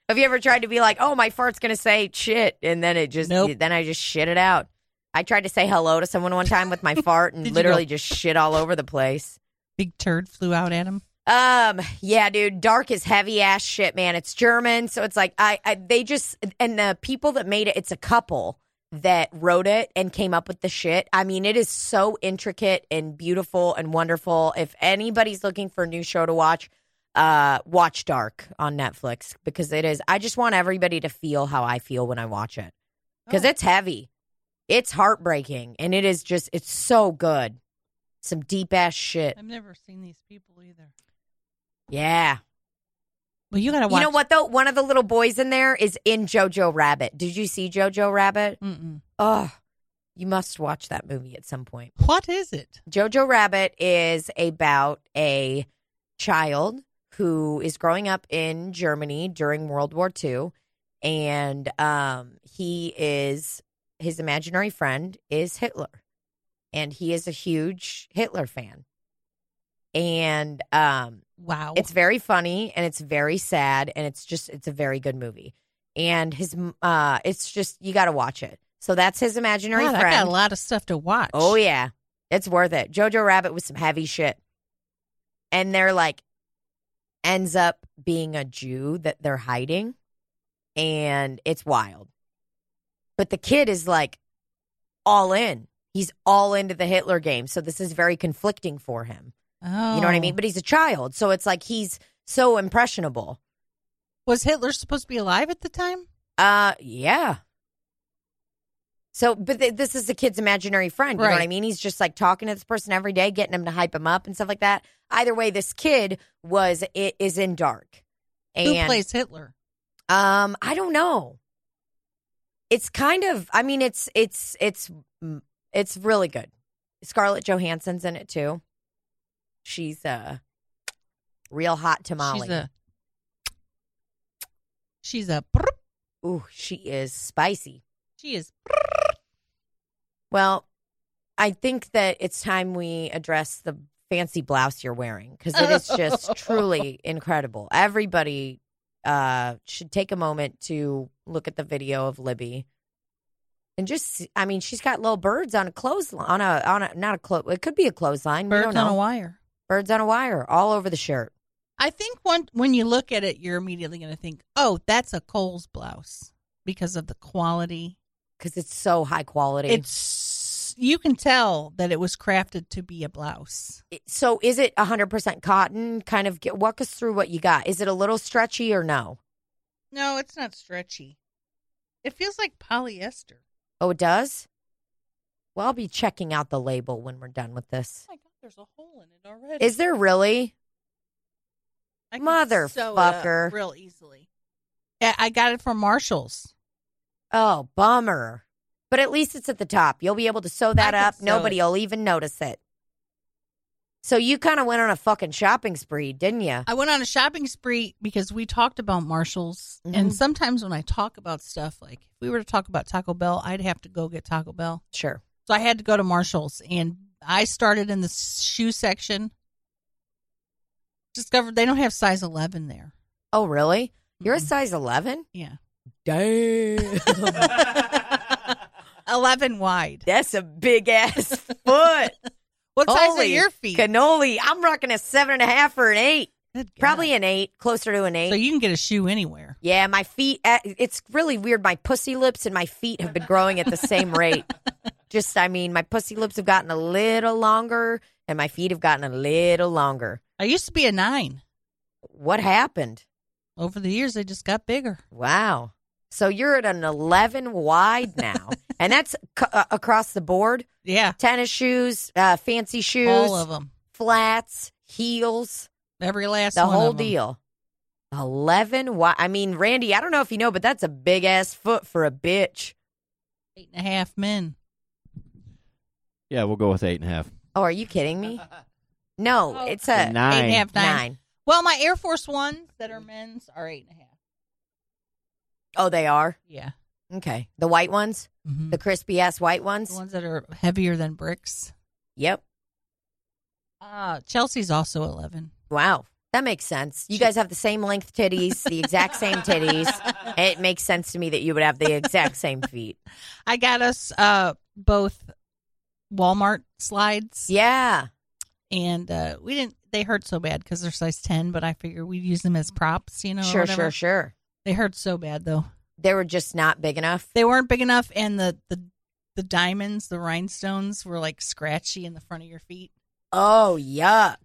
Have you ever tried to be like, oh, my fart's gonna say shit, and then it just
Nope.
then I just shit it out. I tried to say hello to someone one
*laughs*
time with my fart and
Did you
literally just shit all over the place.
Big turd flew out at him.
Um, yeah, dude, dark is heavy ass shit, man. It's German, so it's like I, I they just and the people that made it, it's a couple that wrote it and came up with the shit. I mean, it is so intricate and beautiful and wonderful. If anybody's looking for a new show to watch, uh watch Dark on Netflix because it is I just want everybody to feel how I feel when I watch it. Cuz
Oh.
it's heavy. It's heartbreaking and it is just it's so good. Some deep ass shit.
I've never seen these people either.
Yeah.
Well, you gotta watch.
You know what though? One of the little boys in there is in Jojo Rabbit. Did you see Jojo Rabbit?
Mm-mm.
Oh, you must watch that movie at some point.
What is it?
Jojo Rabbit is about a child who is growing up in Germany during World War II, and um, he is his imaginary friend is Hitler, and he is a huge Hitler fan, and um,
Wow.
it's very funny and it's very sad and it's just it's a very good movie. And his m- uh it's just you got to watch it. So that's his imaginary
God, I got
friend.
a lot of stuff to watch.
oh yeah. It's worth it. Jojo Rabbit was some heavy shit. And they're like ends up being a Jew that they're hiding and it's wild. But the kid is like all in. He's all into the Hitler game. So this is very conflicting for him.
Oh.
You know what I mean? But he's a child, so it's like he's so impressionable.
was Hitler supposed to be alive at the time?
Uh, yeah. So, but th- this is the kid's imaginary friend. You know what I
Right.
mean? He's just like talking to this person every day, getting him to hype him up and stuff like that. Either way, this kid was it is in dark. And,
Who plays Hitler?
Um, I don't know. It's kind of. I mean, it's it's it's mm, it's really good. Scarlett Johansson's in it too. She's uh real hot tamale.
She's a. She's a.
Ooh, she is spicy.
She is.
Well, I think that it's time we address the fancy blouse you're wearing because it is
*laughs*
just truly incredible. Everybody uh, should take a moment to look at the video of Libby and just. see- I mean, she's got little birds on a clothesline on a on a not a clo. It could be a clothesline. we don't
Birds
know.
on a wire.
birds on a wire all over the shirt.
I think one, when you look at it, you're immediately going to think, oh, that's a Cole's blouse because of the quality.
Because it's so high quality.
It's you can tell that it was crafted to be a blouse.
so is it 100% cotton kind of get, walk us through what you got is it a little stretchy or no
No, it's not stretchy. It feels like polyester.
oh it does well i'll be checking out the label when we're done with this
Oh my god, there's a hole in it already.
is there really
I could sew it up
motherfucker.
real easily. Yeah, I got it from Marshalls.
oh bummer but at least it's at the top you'll be able to sew that
could
up
sew
nobody
it.
will even notice it so you kind of went on a fucking shopping spree didn't you
I went on a shopping spree because we talked about Marshalls, and
Mhm.
sometimes when I talk about stuff, like if we were to talk about Taco Bell, I'd have to go get Taco Bell.
sure
So I had to go to Marshalls and I started in the shoe section. Discovered they don't have size 11 there.
oh really you're a
Mm-mm.
size 11
Yeah. *laughs*
*laughs* damn
11 wide.
that's a big ass foot
*laughs* What size are
Holy
your feet?
*laughs* Cannoli. I'm rocking a seven and a half or an eight.
Good God.
Probably an eight, closer to an eight.
So you can get a shoe anywhere.
yeah, my feet. uh, It's really weird. My pussy lips and my feet have been growing at the
*laughs*
same rate. Just, I mean, my pussy lips have gotten a little longer, and my feet have gotten a little longer.
I used to be a 9.
What happened?
Over the years they just got bigger.
Wow. So you're at an 11 wide
*laughs*
now, and that's c- uh, across the board:
Yeah.
tennis shoes, uh, fancy shoes,
All of them.
flats, heels.
Every last
the
one
whole
of 'em.
deal. Eleven. Why? I mean, Randy, I don't know if you know, but that's a big ass foot for a bitch.
Eight and a half men.
Yeah, we'll go with eight and a half.
Oh, are you kidding me? No,
Oh.
it's a nine.
Eight
Nine.
and a half, nine. Well, my Air Force Ones that are men's are eight and a half.
Oh, they are
Yeah.
okay. The white ones,
Mhm.
the crispy ass white
The
ones.
ones that are heavier than bricks.
Yep.
Uh, Chelsea's also 11.
Wow, that makes sense. You guys have the same length titties, the exact same titties. It makes sense to me that you would have the exact same feet.
I got us uh both Walmart slides.
Yeah.
And uh we didn't they hurt so bad cuz they're size 10, but I figure we'd use them as props, you know. or
sure.
whatever.
Sure. Sure.
They hurt so bad though.
They were just not big enough.
They weren't big enough and the the the diamonds, the rhinestones were like scratchy in the front of your feet.
Oh, yuck.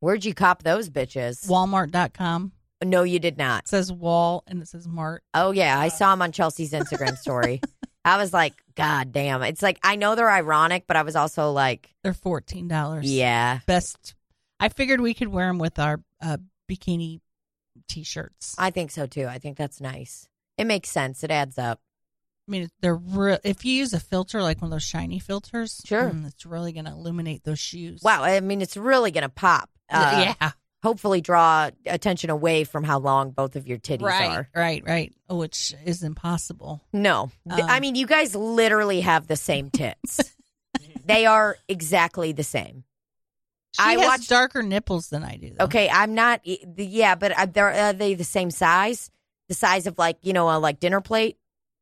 Where'd you cop those bitches?
Walmart.com.
No, you did not.
It says wall and it says mart.
Oh yeah,
Uh,
I saw him on Chelsea's Instagram
*laughs*
story. I was like, God damn! It's like I know they're ironic, but I was also like,
They're $14.
Yeah,
Best I figured we could wear them with our uh bikini t-shirts.
I think so too. I think that's nice. It makes sense. It adds up.
I mean, they're real. If you use a filter like one of those shiny filters,
Sure.
mm, it's really going to illuminate those shoes.
Wow. I mean, it's really gonna pop. Uh,
*laughs* yeah.
Hopefully, draw attention away from how long both of your titties
Right.
are.
Right. Right. Which is impossible.
No, Th-
Um.
I mean, you guys literally have the same
*laughs*
tits. they are exactly the same.
She
I
has
watched-
darker nipples than I do. Though.
Okay, I'm not. e- the- Yeah, but are they, are they the same size? The size of like you know a like dinner plate,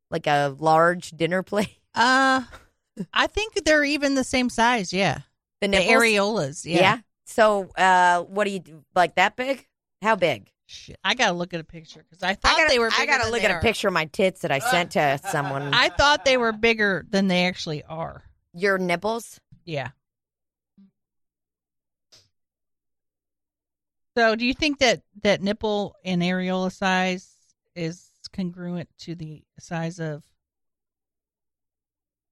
like a large dinner plate. *laughs*
Uh, I think they're even the same size. Yeah. The
nipples?
areolas. Yeah.
So, uh, what do you do? like that big? How big?
Shit. I gotta look at a picture because I thought
I gotta,
they were.
I
bigger
gotta
than
look
they
at a
are. Uh,
picture of my tits that I
*laughs*
sent to someone.
I thought they were bigger than they actually are.
Your nipples?
Yeah. So, do you think that that nipple and areola size is congruent to the size of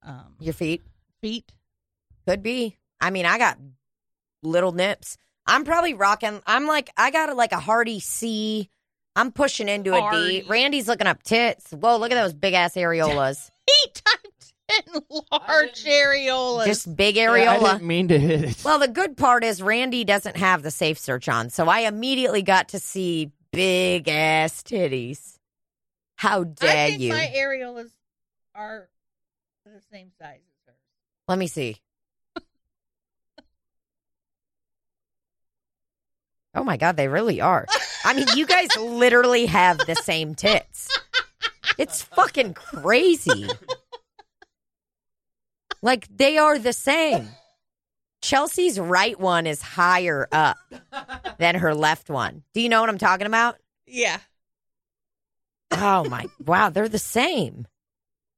um,
Your feet?
feet?
Could be. I mean, I got little nips. I'm probably rocking. I'm like, I got a, like a hearty C. I'm pushing into a D.
Hearty.
Randy's looking up tits. Whoa, look at those big ass
*laughs*
areolas.
Feet times ten large areolas.
Just big
Yeah, I
areola.
didn't mean to hit it.
Well, the good part is Randy doesn't have the safe search on, so I immediately got to see big ass titties. How
I
dare
think
you?
my areolas are the same size as hers.
Let me
*laughs*
see. Oh my God, they really are. I mean, you guys literally have the same tits. It's fucking crazy. Like, they are the same. Chelsea's right one is higher up than her left one. Do you know what I'm talking about?
Yeah.
Oh my, wow, they're the same.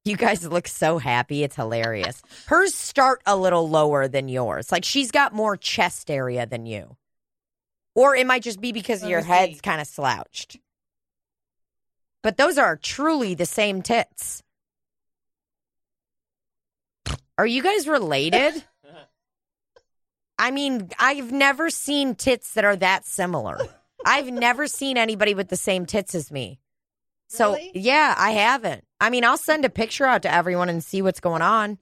You guys look so happy. It's hilarious. Hers start a little lower than yours. Like she's got more chest area than you. Or it might just be because
Let
your
me see.
head's kind of slouched. But those are truly the same tits. Are you guys related? I mean, I've never seen tits that are that similar. I've never seen anybody with the same tits as me. So
Really?
yeah, I haven't. I mean, I'll send a picture out to everyone and see what's going on.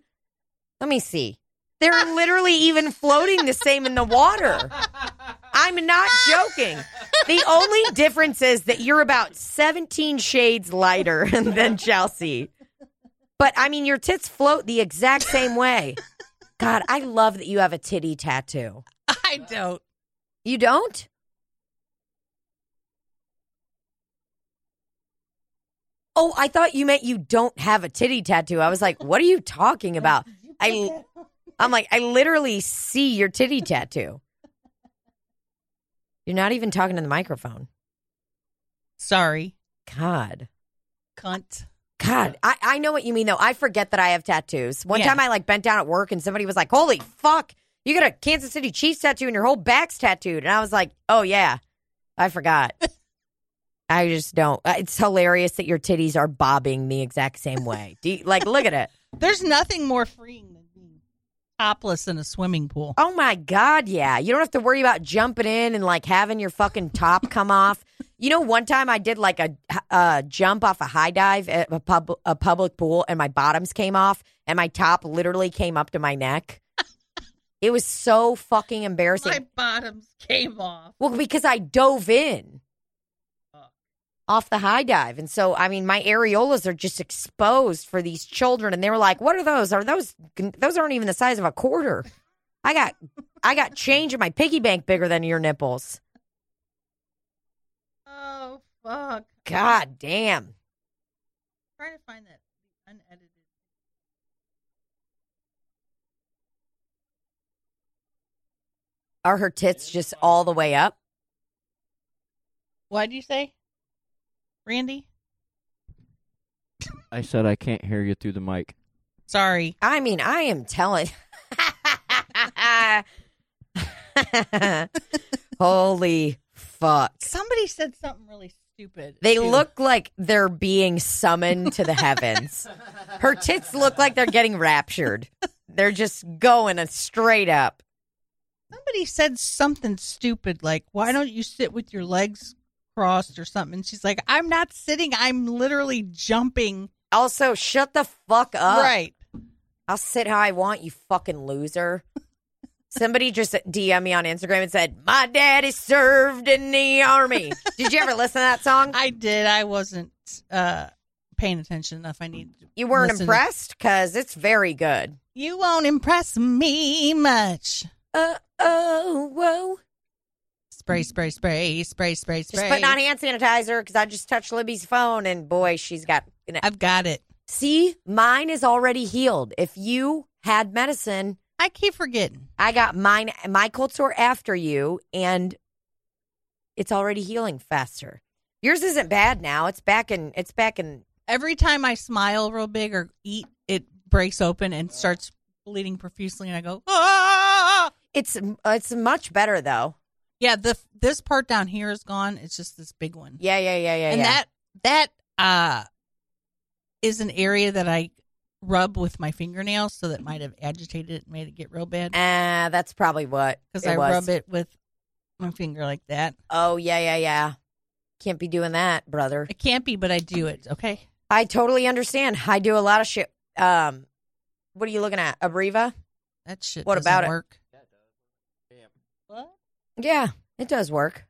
Let me see. They're literally even floating the same in the water. I'm not joking. The only difference is that you're about 17 shades lighter *laughs* than Chelsea. But I mean, your tits float the exact same way. God, I love that you have a titty tattoo.
I don't.
You don't? Oh, I thought you meant you don't have a titty tattoo. I was like, what are
*laughs*
you talking about? I I'm like, I literally see your titty tattoo. You're not even talking to the microphone.
Sorry.
God.
Cunt.
God, I, I know what you mean though. I forget that I have tattoos. One
Yeah.
time I like bent down at work and somebody was like, Holy fuck, you got a Kansas City Chiefs tattoo and your whole back's tattooed. And I was like, Oh yeah, I forgot. I just don't. Uh, It's hilarious that your titties are bobbing the exact same way. Do you, like, look at it.
There's nothing more freeing than being topless in a swimming pool.
Oh my God, yeah. You don't have to worry about jumping in and like having your fucking top come off. You know, one time I did like a, a jump off a high dive at a, pub, a public pool and my bottoms came off and my top literally came up to my neck. it was so fucking embarrassing.
My bottoms came off.
Well, because I dove in off the high dive. And so, I mean, my areolas are just exposed for these children. And they were like, what are those? Are those, those aren't even the size of a quarter. I got, I got change in my piggy bank bigger than your nipples.
Oh fuck!
God damn.
Try to find that unedited.
Are her tits just all the way up?
What'd you say, Randy?
I said I can't hear you through the mic.
Sorry.
I mean, I am telling. *laughs* Holy fuck.
Somebody said something really stupid.
They
too.
look like they're being
*laughs*
summoned to the heavens. Her tits look like they're getting raptured. They're just going a- straight up.
Somebody said something stupid like, "Why don't you sit with your legs crossed or something?" And she's like, "I'm not sitting. I'm literally jumping."
Also, shut the fuck up.
Right.
I'll sit how I want, you fucking loser. Somebody just DM me on Instagram and said, My daddy served in the army. Did you ever listen to that song?
I did. I wasn't uh paying attention enough. I needed. to
You weren't
listen.
impressed? Because it's very good.
You won't impress me much.
Uh oh, whoa.
Spray, spray, spray, spray, spray, spray.
Mm-hmm. Just putting on hand sanitizer because I just touched Libby's phone and boy, she's got an
I've got it.
See, mine is already healed. If you had medicine,
I keep forgetting.
I got mine, my cold sore after you, and it's already healing faster. Yours isn't bad now. It's back in, it's back in,
every time I smile real big or eat, it breaks open and starts bleeding profusely, and I go, ah!
it's, it's much better though.
Yeah, the this part down here is gone. It's just this big one,
Yeah, yeah, yeah, yeah.
and
yeah.
that that uh is an area that I rub with my fingernails, so that might have agitated it and made it get real bad
Ah, that's probably what.
because
it
I
was.
rub it with my finger like that.
Oh, yeah, yeah, yeah. Can't be doing that, brother.
It can't be, but I do it. Okay,
I totally understand. I do a lot of shit. Um, what are you looking at? Abreva?
that shit.
What
doesn't
about it?
work. What?
Yeah, it does work.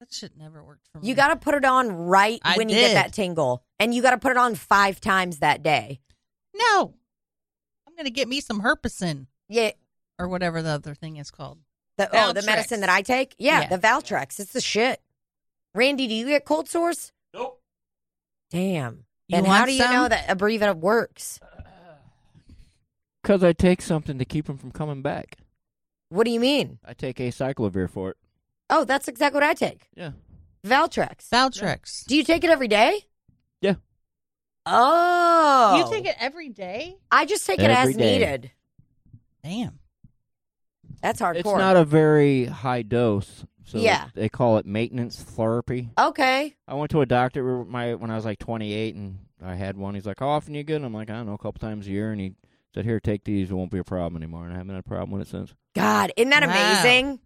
That shit never worked for me.
You got to put it on right
I
when you get
did.
that tingle, and you got to put it on five times that day.
no. I'm going to get me some herpesin
Yeah.
or whatever the other thing is called.
The, oh, the
Valtrex.
medicine that I take? Yeah,
Yeah.
the Valtrex. It's the shit. Randy, do you get cold sores?
Nope.
Damn.
You
and how
want
do you
some?
know that Abreva works?
Because I take something to keep him from coming back.
What do you mean?
I take acyclovir for it.
Oh, that's exactly what I take.
Yeah.
Valtrex.
Valtrex.
do you take it every day?
Yeah.
Oh.
You take it every day?
I just take it
Every
as
day.
needed.
Damn.
That's hardcore.
It's not a very high dose. So
Yeah.
they call it maintenance therapy.
okay.
I went to a doctor with my when I was like 28, and I had one. He's like, "How often you get?" 'em?" I'm like, "I don't know, a couple times a year." And he said, "Here, take these. It won't be a problem anymore." And I haven't had a problem with it since.
God, isn't that
Wow.
amazing?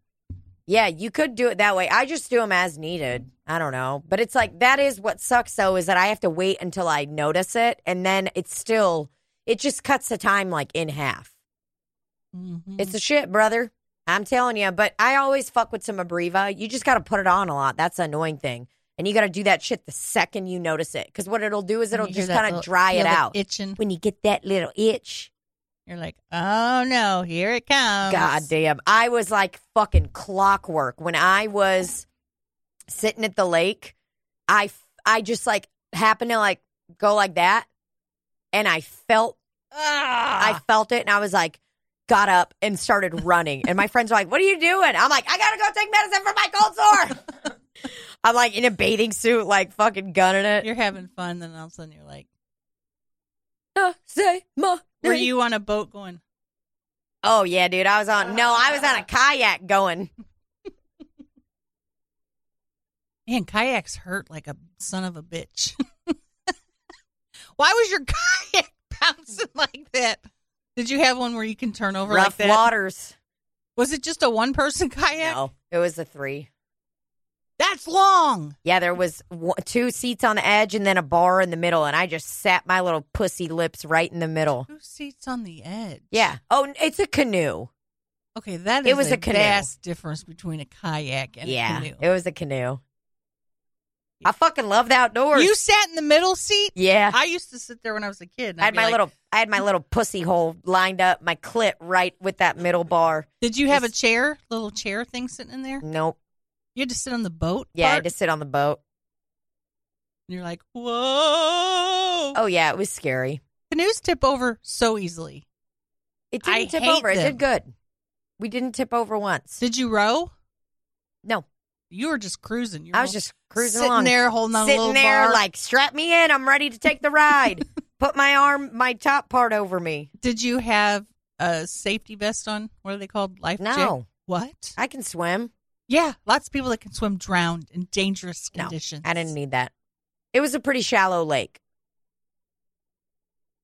Yeah, you could do it that way. I just do them as needed. I don't know. But it's like that is what sucks though is that I have to wait until I notice it and then it's still it just cuts the time like in half.
Mhm.
It's a shit, brother. I'm telling you, but I always fuck with some Abreva. You just got to put it on a lot. That's the annoying thing. And you got to do that shit the second you notice it cuz what it'll do is
When
it'll
you hear
just
that
kind
little-
of dry
feel
it
the
out.
Itching.
When you get that little itch,
You're like, oh no, here it comes.
God damn. I was like fucking clockwork. When I was sitting at the lake, I, f- I just like happened to like go like that. And I felt, I
Ah,
felt it. And I was like, got up
*laughs*
and started running. And my friends were like, what are you doing? I'm like, I got to go take medicine for my cold sore.
*laughs*
I'm like in a bathing suit, like fucking gunning it.
you're having fun, then all of a sudden you're like,
Uh, say my
were
name.
you on a boat going?
Oh yeah, dude. I was on, no, I was on
Ah.
a kayak going.
Man, kayaks hurt like a son of a bitch. *laughs* Why was your kayak *laughs* bouncing like that? Did you have one where you can turn over like
Rough
that?
waters.
Was it just a one person *laughs* kayak?
No, it was a three.
That's long.
Yeah, there was w- two seats on the edge and then a bar in the middle, and I just sat my little pussy lips right in the middle.
Two seats on the edge.
Yeah. Oh, n- it's a canoe.
Okay, that is
It was a canoe.
vast difference between a kayak and
yeah,
a canoe.
it was a canoe. I fucking love the outdoors.
you sat in the middle
*laughs*
seat.
yeah.
I used to sit there when I was a kid. and
I
I'd
had
be
my
like,
little, I had my little pussy hole lined up, my clit right with that middle bar.
Did you have a chair, little chair thing sitting in there?
Nope.
You had to sit on the boat.
Yeah, I
part?
had to sit on the boat.
And you're like, whoa!
Oh yeah, it was scary.
Canoes tip over so easily.
It didn't
I
tip
hate
over. It
them.
did good. We didn't tip over once.
Did you row?
No,
You were just cruising. You
I
were
was just cruising
sitting
along.
there holding on a
sitting
little
there
bar.
like strap me in i'm ready to take the *laughs* ride put my arm my top part over me
Did you have a safety vest on? What are they called? Life
no
jack- What?
i can swim
Yeah, lots of people that can swim drowned in dangerous
No,
conditions.
i didn't need that it was a pretty shallow lake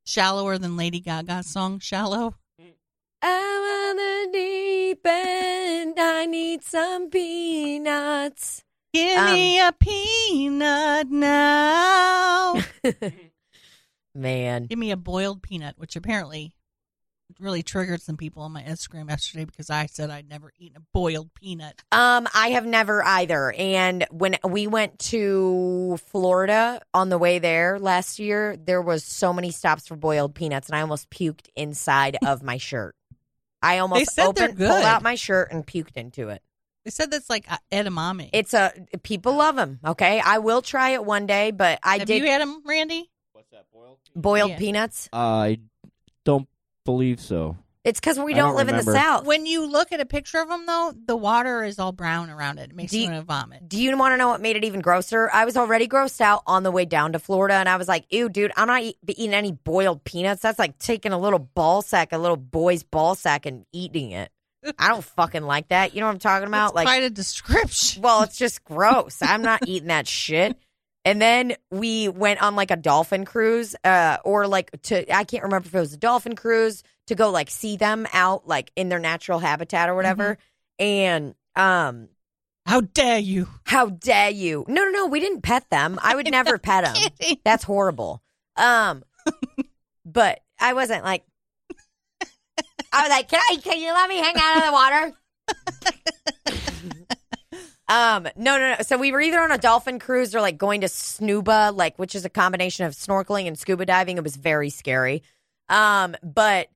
shallower than Lady Gaga's song "Shallow."
i'm on the deep end i need some peanuts *laughs*
Give
Um,
me a peanut
*laughs*
now.
man
Give me a boiled peanut, which apparently really triggered some people on my Instagram yesterday because I said I'd never eaten a boiled peanut.
um i have never either and when we went to florida on the way there last year there was so many stops for boiled peanuts and i almost puked
*laughs*
inside of my shirt I almost
said they're
opened,
good.
pulled out my shirt, and puked into it.
They said that's like uh, edamame.
It's a people love them. Okay, I will try it one day, but I
Have
did
you had them, Randy?
What's that boiled?
boiled
Yeah.
peanuts.
I don't believe so.
It's because we
I
don't,
don't
live in
remember.
the south.
When you look at a picture of them, though, the water is all brown around it. It makes
Do
you
you-
want to vomit.
Do you want to know what made it even grosser? I was already grossed out on the way down to Florida, and I was like, "Ew, dude, I'm not eat- eating any boiled peanuts. That's like taking a little ball sack, a little boy's ball sack, and eating it. I don't fucking like that. You know what I'm talking
That's
about? like
quite a description.
Well, it's just gross. I'm not eating that shit. And then we went on like a dolphin cruise, uh, or like to I can't remember if it was a dolphin cruise to go like see them out like in their natural habitat or whatever. And um,
How dare you?
how dare you? No, no, no, we didn't pet them. I would never pet them.
Kidding.
That's horrible. Um, but I wasn't like, I was like, can I? Can you let me hang out of the water? um, no, no, no. So we were either on a dolphin cruise or like going to snuba, like which is a combination of snorkeling and scuba diving. It was very scary. Um, but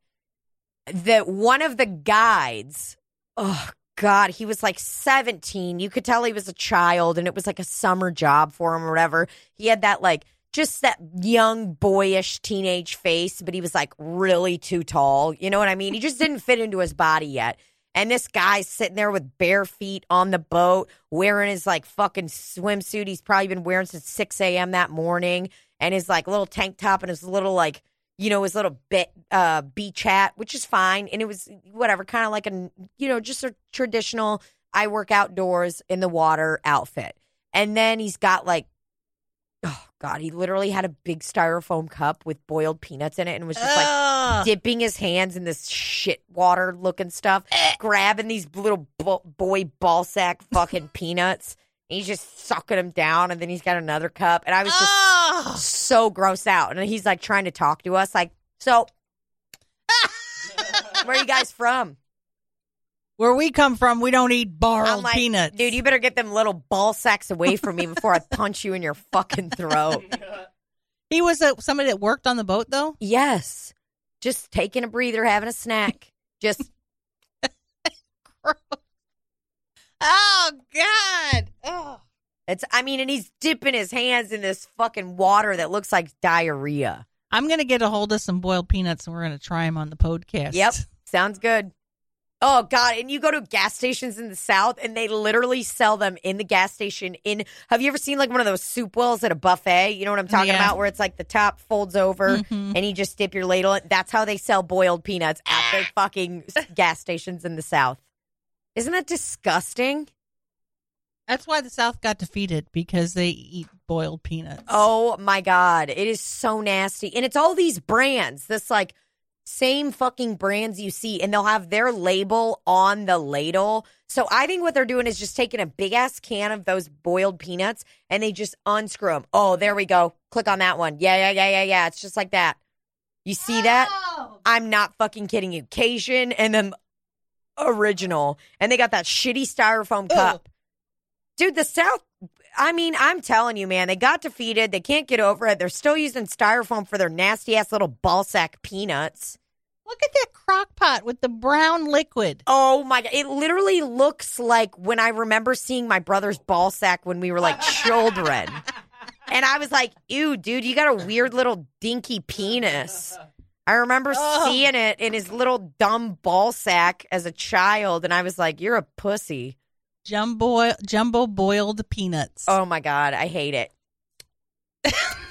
that one of the guides, oh God, he was like 17. You could tell he was a child and it was like a summer job for him or whatever. He had that like just that young boyish teenage face, but he was like really too tall. You know what I mean? He just didn't fit into his body yet. And this guy's sitting there with bare feet on the boat, wearing his like fucking swimsuit. He's probably been wearing since 6 a.m. that morning and his like little tank top and his little like you know his little bit uh beach hat which is fine and it was whatever kind of like a you know just a traditional i work outdoors in the water outfit and then he's got like oh god he literally had a big styrofoam cup with boiled peanuts in it and was just like
Ugh.
dipping his hands in this shit water looking stuff,
Eh.
grabbing these little bo- boy
*laughs*
ball sack fucking peanuts. And he's just sucking them down, and then he's got another cup. And I was just
Ugh.
so grossed out. And he's like trying to talk to us, like,
*laughs*
so where are you guys from?
Where we come from, we don't eat
I'm
borrowed
like,
peanuts.
dude, you better get them little ball sacks away from me before I punch you in your
*laughs*
fucking throat.
he was a, somebody that worked on the boat, though.
Yes. Just taking a breather, having a snack. Just
Oh God! Oh,
It's I mean, and he's dipping his hands in this fucking water that looks like diarrhea.
I'm gonna get a hold of some boiled peanuts and we're gonna try them on the podcast.
Yep. Sounds good. Oh God. And you go to gas stations in the South and they literally sell them in the gas station in have you ever seen like one of those soup wells at a buffet? You know what I'm talking
Yeah.
about? Where it's like the top folds over
Mhm.
and you just dip your ladle in. That's how they sell boiled peanuts at the fucking s- gas stations in the South. Isn't that disgusting?
That's why the South got defeated because they eat boiled peanuts.
Oh my god, it is so nasty, and it's all these brands. This like same fucking brands you see, and they'll have their label on the ladle. So I think what they're doing is just taking a big ass can of those boiled peanuts and they just unscrew them. Oh, there we go. Click on that one. Yeah, yeah, yeah, yeah, yeah. It's just like that. You see that? I'm not fucking kidding you. Cajun and then original, and they got that shitty styrofoam cup.
Ugh.
Dude, the South, I mean, I'm telling you, man, they got defeated. They can't get over it. They're still using styrofoam for their nasty ass little ball sack peanuts.
Look at that crock pot with the brown liquid.
Oh my God. It literally looks like when I remember seeing my brother's ball sack when we were like children. And I was like, ew, dude, you got a weird little dinky penis. I remember
Oh.
seeing it in his little dumb ball sack as a child. And I was like, you're a pussy.
Jumbo jumbo boiled peanuts.
Oh my God. I hate it.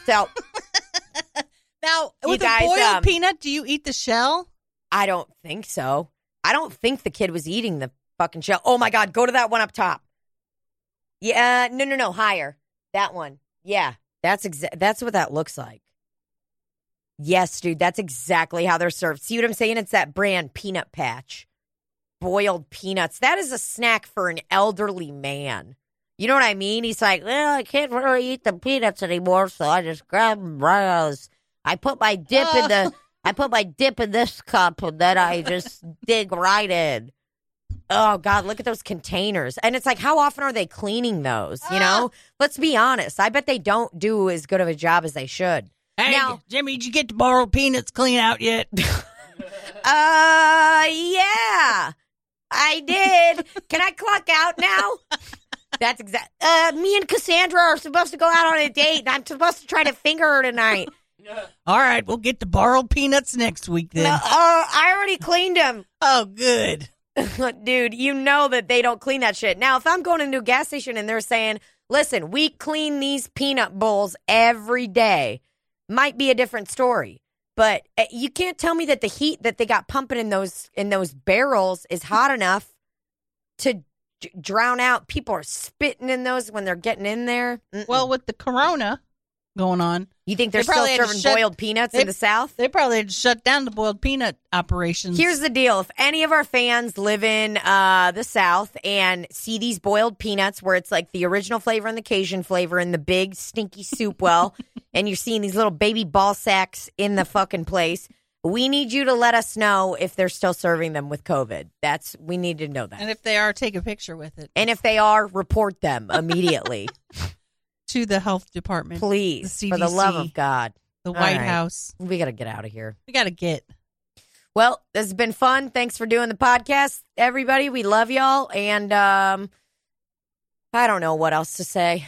so.
*laughs* now
You
with
guys,
a boiled
um,
peanut, do you eat the shell?
I don't think so. I don't think the kid was eating the fucking shell. Oh my God, go to that one up top. Yeah, no, no, no, higher. That one. Yeah, that's exa- that's what that looks like. Yes, dude, that's exactly how they're served. See what I'm saying? It's that brand peanut patch, boiled peanuts. That is a snack for an elderly man. You know what I mean? He's like, well, I can't really eat the peanuts anymore, so I just grab them right out of this. I put my dip in the I put my dip in this cup and then I just dig right in. Oh God, look at those containers. And it's like, how often are they cleaning those? You know? Let's be honest. I bet they don't do as good of a job as they should.
Hey,
Now-
Jimmy, did you get the boiled peanuts clean out
*laughs*
yet?
Uh yeah. I did. Can I clock out now? That's exact. Uh, me and Cassandra are supposed to go out on a date, and I'm supposed to try to finger her tonight.
All right, we'll get the boiled peanuts next week then.
No, uh, I already cleaned them.
Oh, good.
*laughs* Dude, you know that they don't clean that shit. Now, if I'm going to a new gas station and they're saying, listen, we clean these peanut bowls every day, might be a different story. But uh, you can't tell me that the heat that they got pumping in those in those barrels is hot enough to d- drown out. People are spitting in those when they're getting in there. Mm-mm.
Well, with the corona going on,
you think they're
they
still
probably had to
serving
shut-
boiled peanuts
they-
in the South?
they probably had to shut down the boiled peanut operations.
Here's the deal: if any of our fans live in uh, the South and see these boiled peanuts, where it's like the original flavor and the Cajun flavor in the big stinky
*laughs*
soup well, and you're seeing these little baby ball sacks in the fucking place, we need you to let us know if they're still serving them with COVID. That's we need to know that.
and if they are, take a picture with it
And if they are,
*laughs*
report them immediately,
to the health department,
please,
The
for the love
CDC.
of God.
the
All
White
right.
House.
We got to get out of here.
We got to get.
Well, this has been fun. Thanks for doing the podcast, everybody. We love y'all. And um, I don't know what else to say.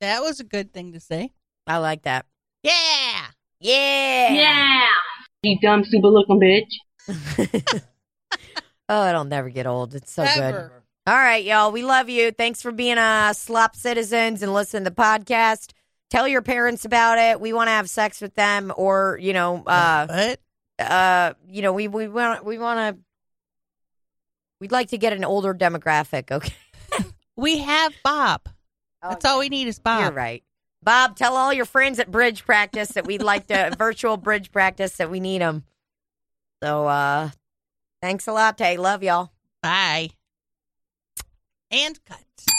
That was a good thing to say.
I like that.
Yeah.
Yeah.
You dumb, super looking bitch.
*laughs* oh, it'll never get old. It's so good.
Ever.
All right, y'all. We love you. Thanks for being uh, slop citizens and listen to the podcast. Tell your parents about it. We want to have sex with them, or you know, uh,
What?
uh, you know, we we want we want to. We'd like to get an older demographic. Okay,
We have Bob. That's all we need is Bob.
Oh, You're right, Bob. Tell all your friends at bridge practice that we'd like to virtual bridge practice that we need them. So, uh, thanks a lot, Tay. Love y'all.
Bye. And cut.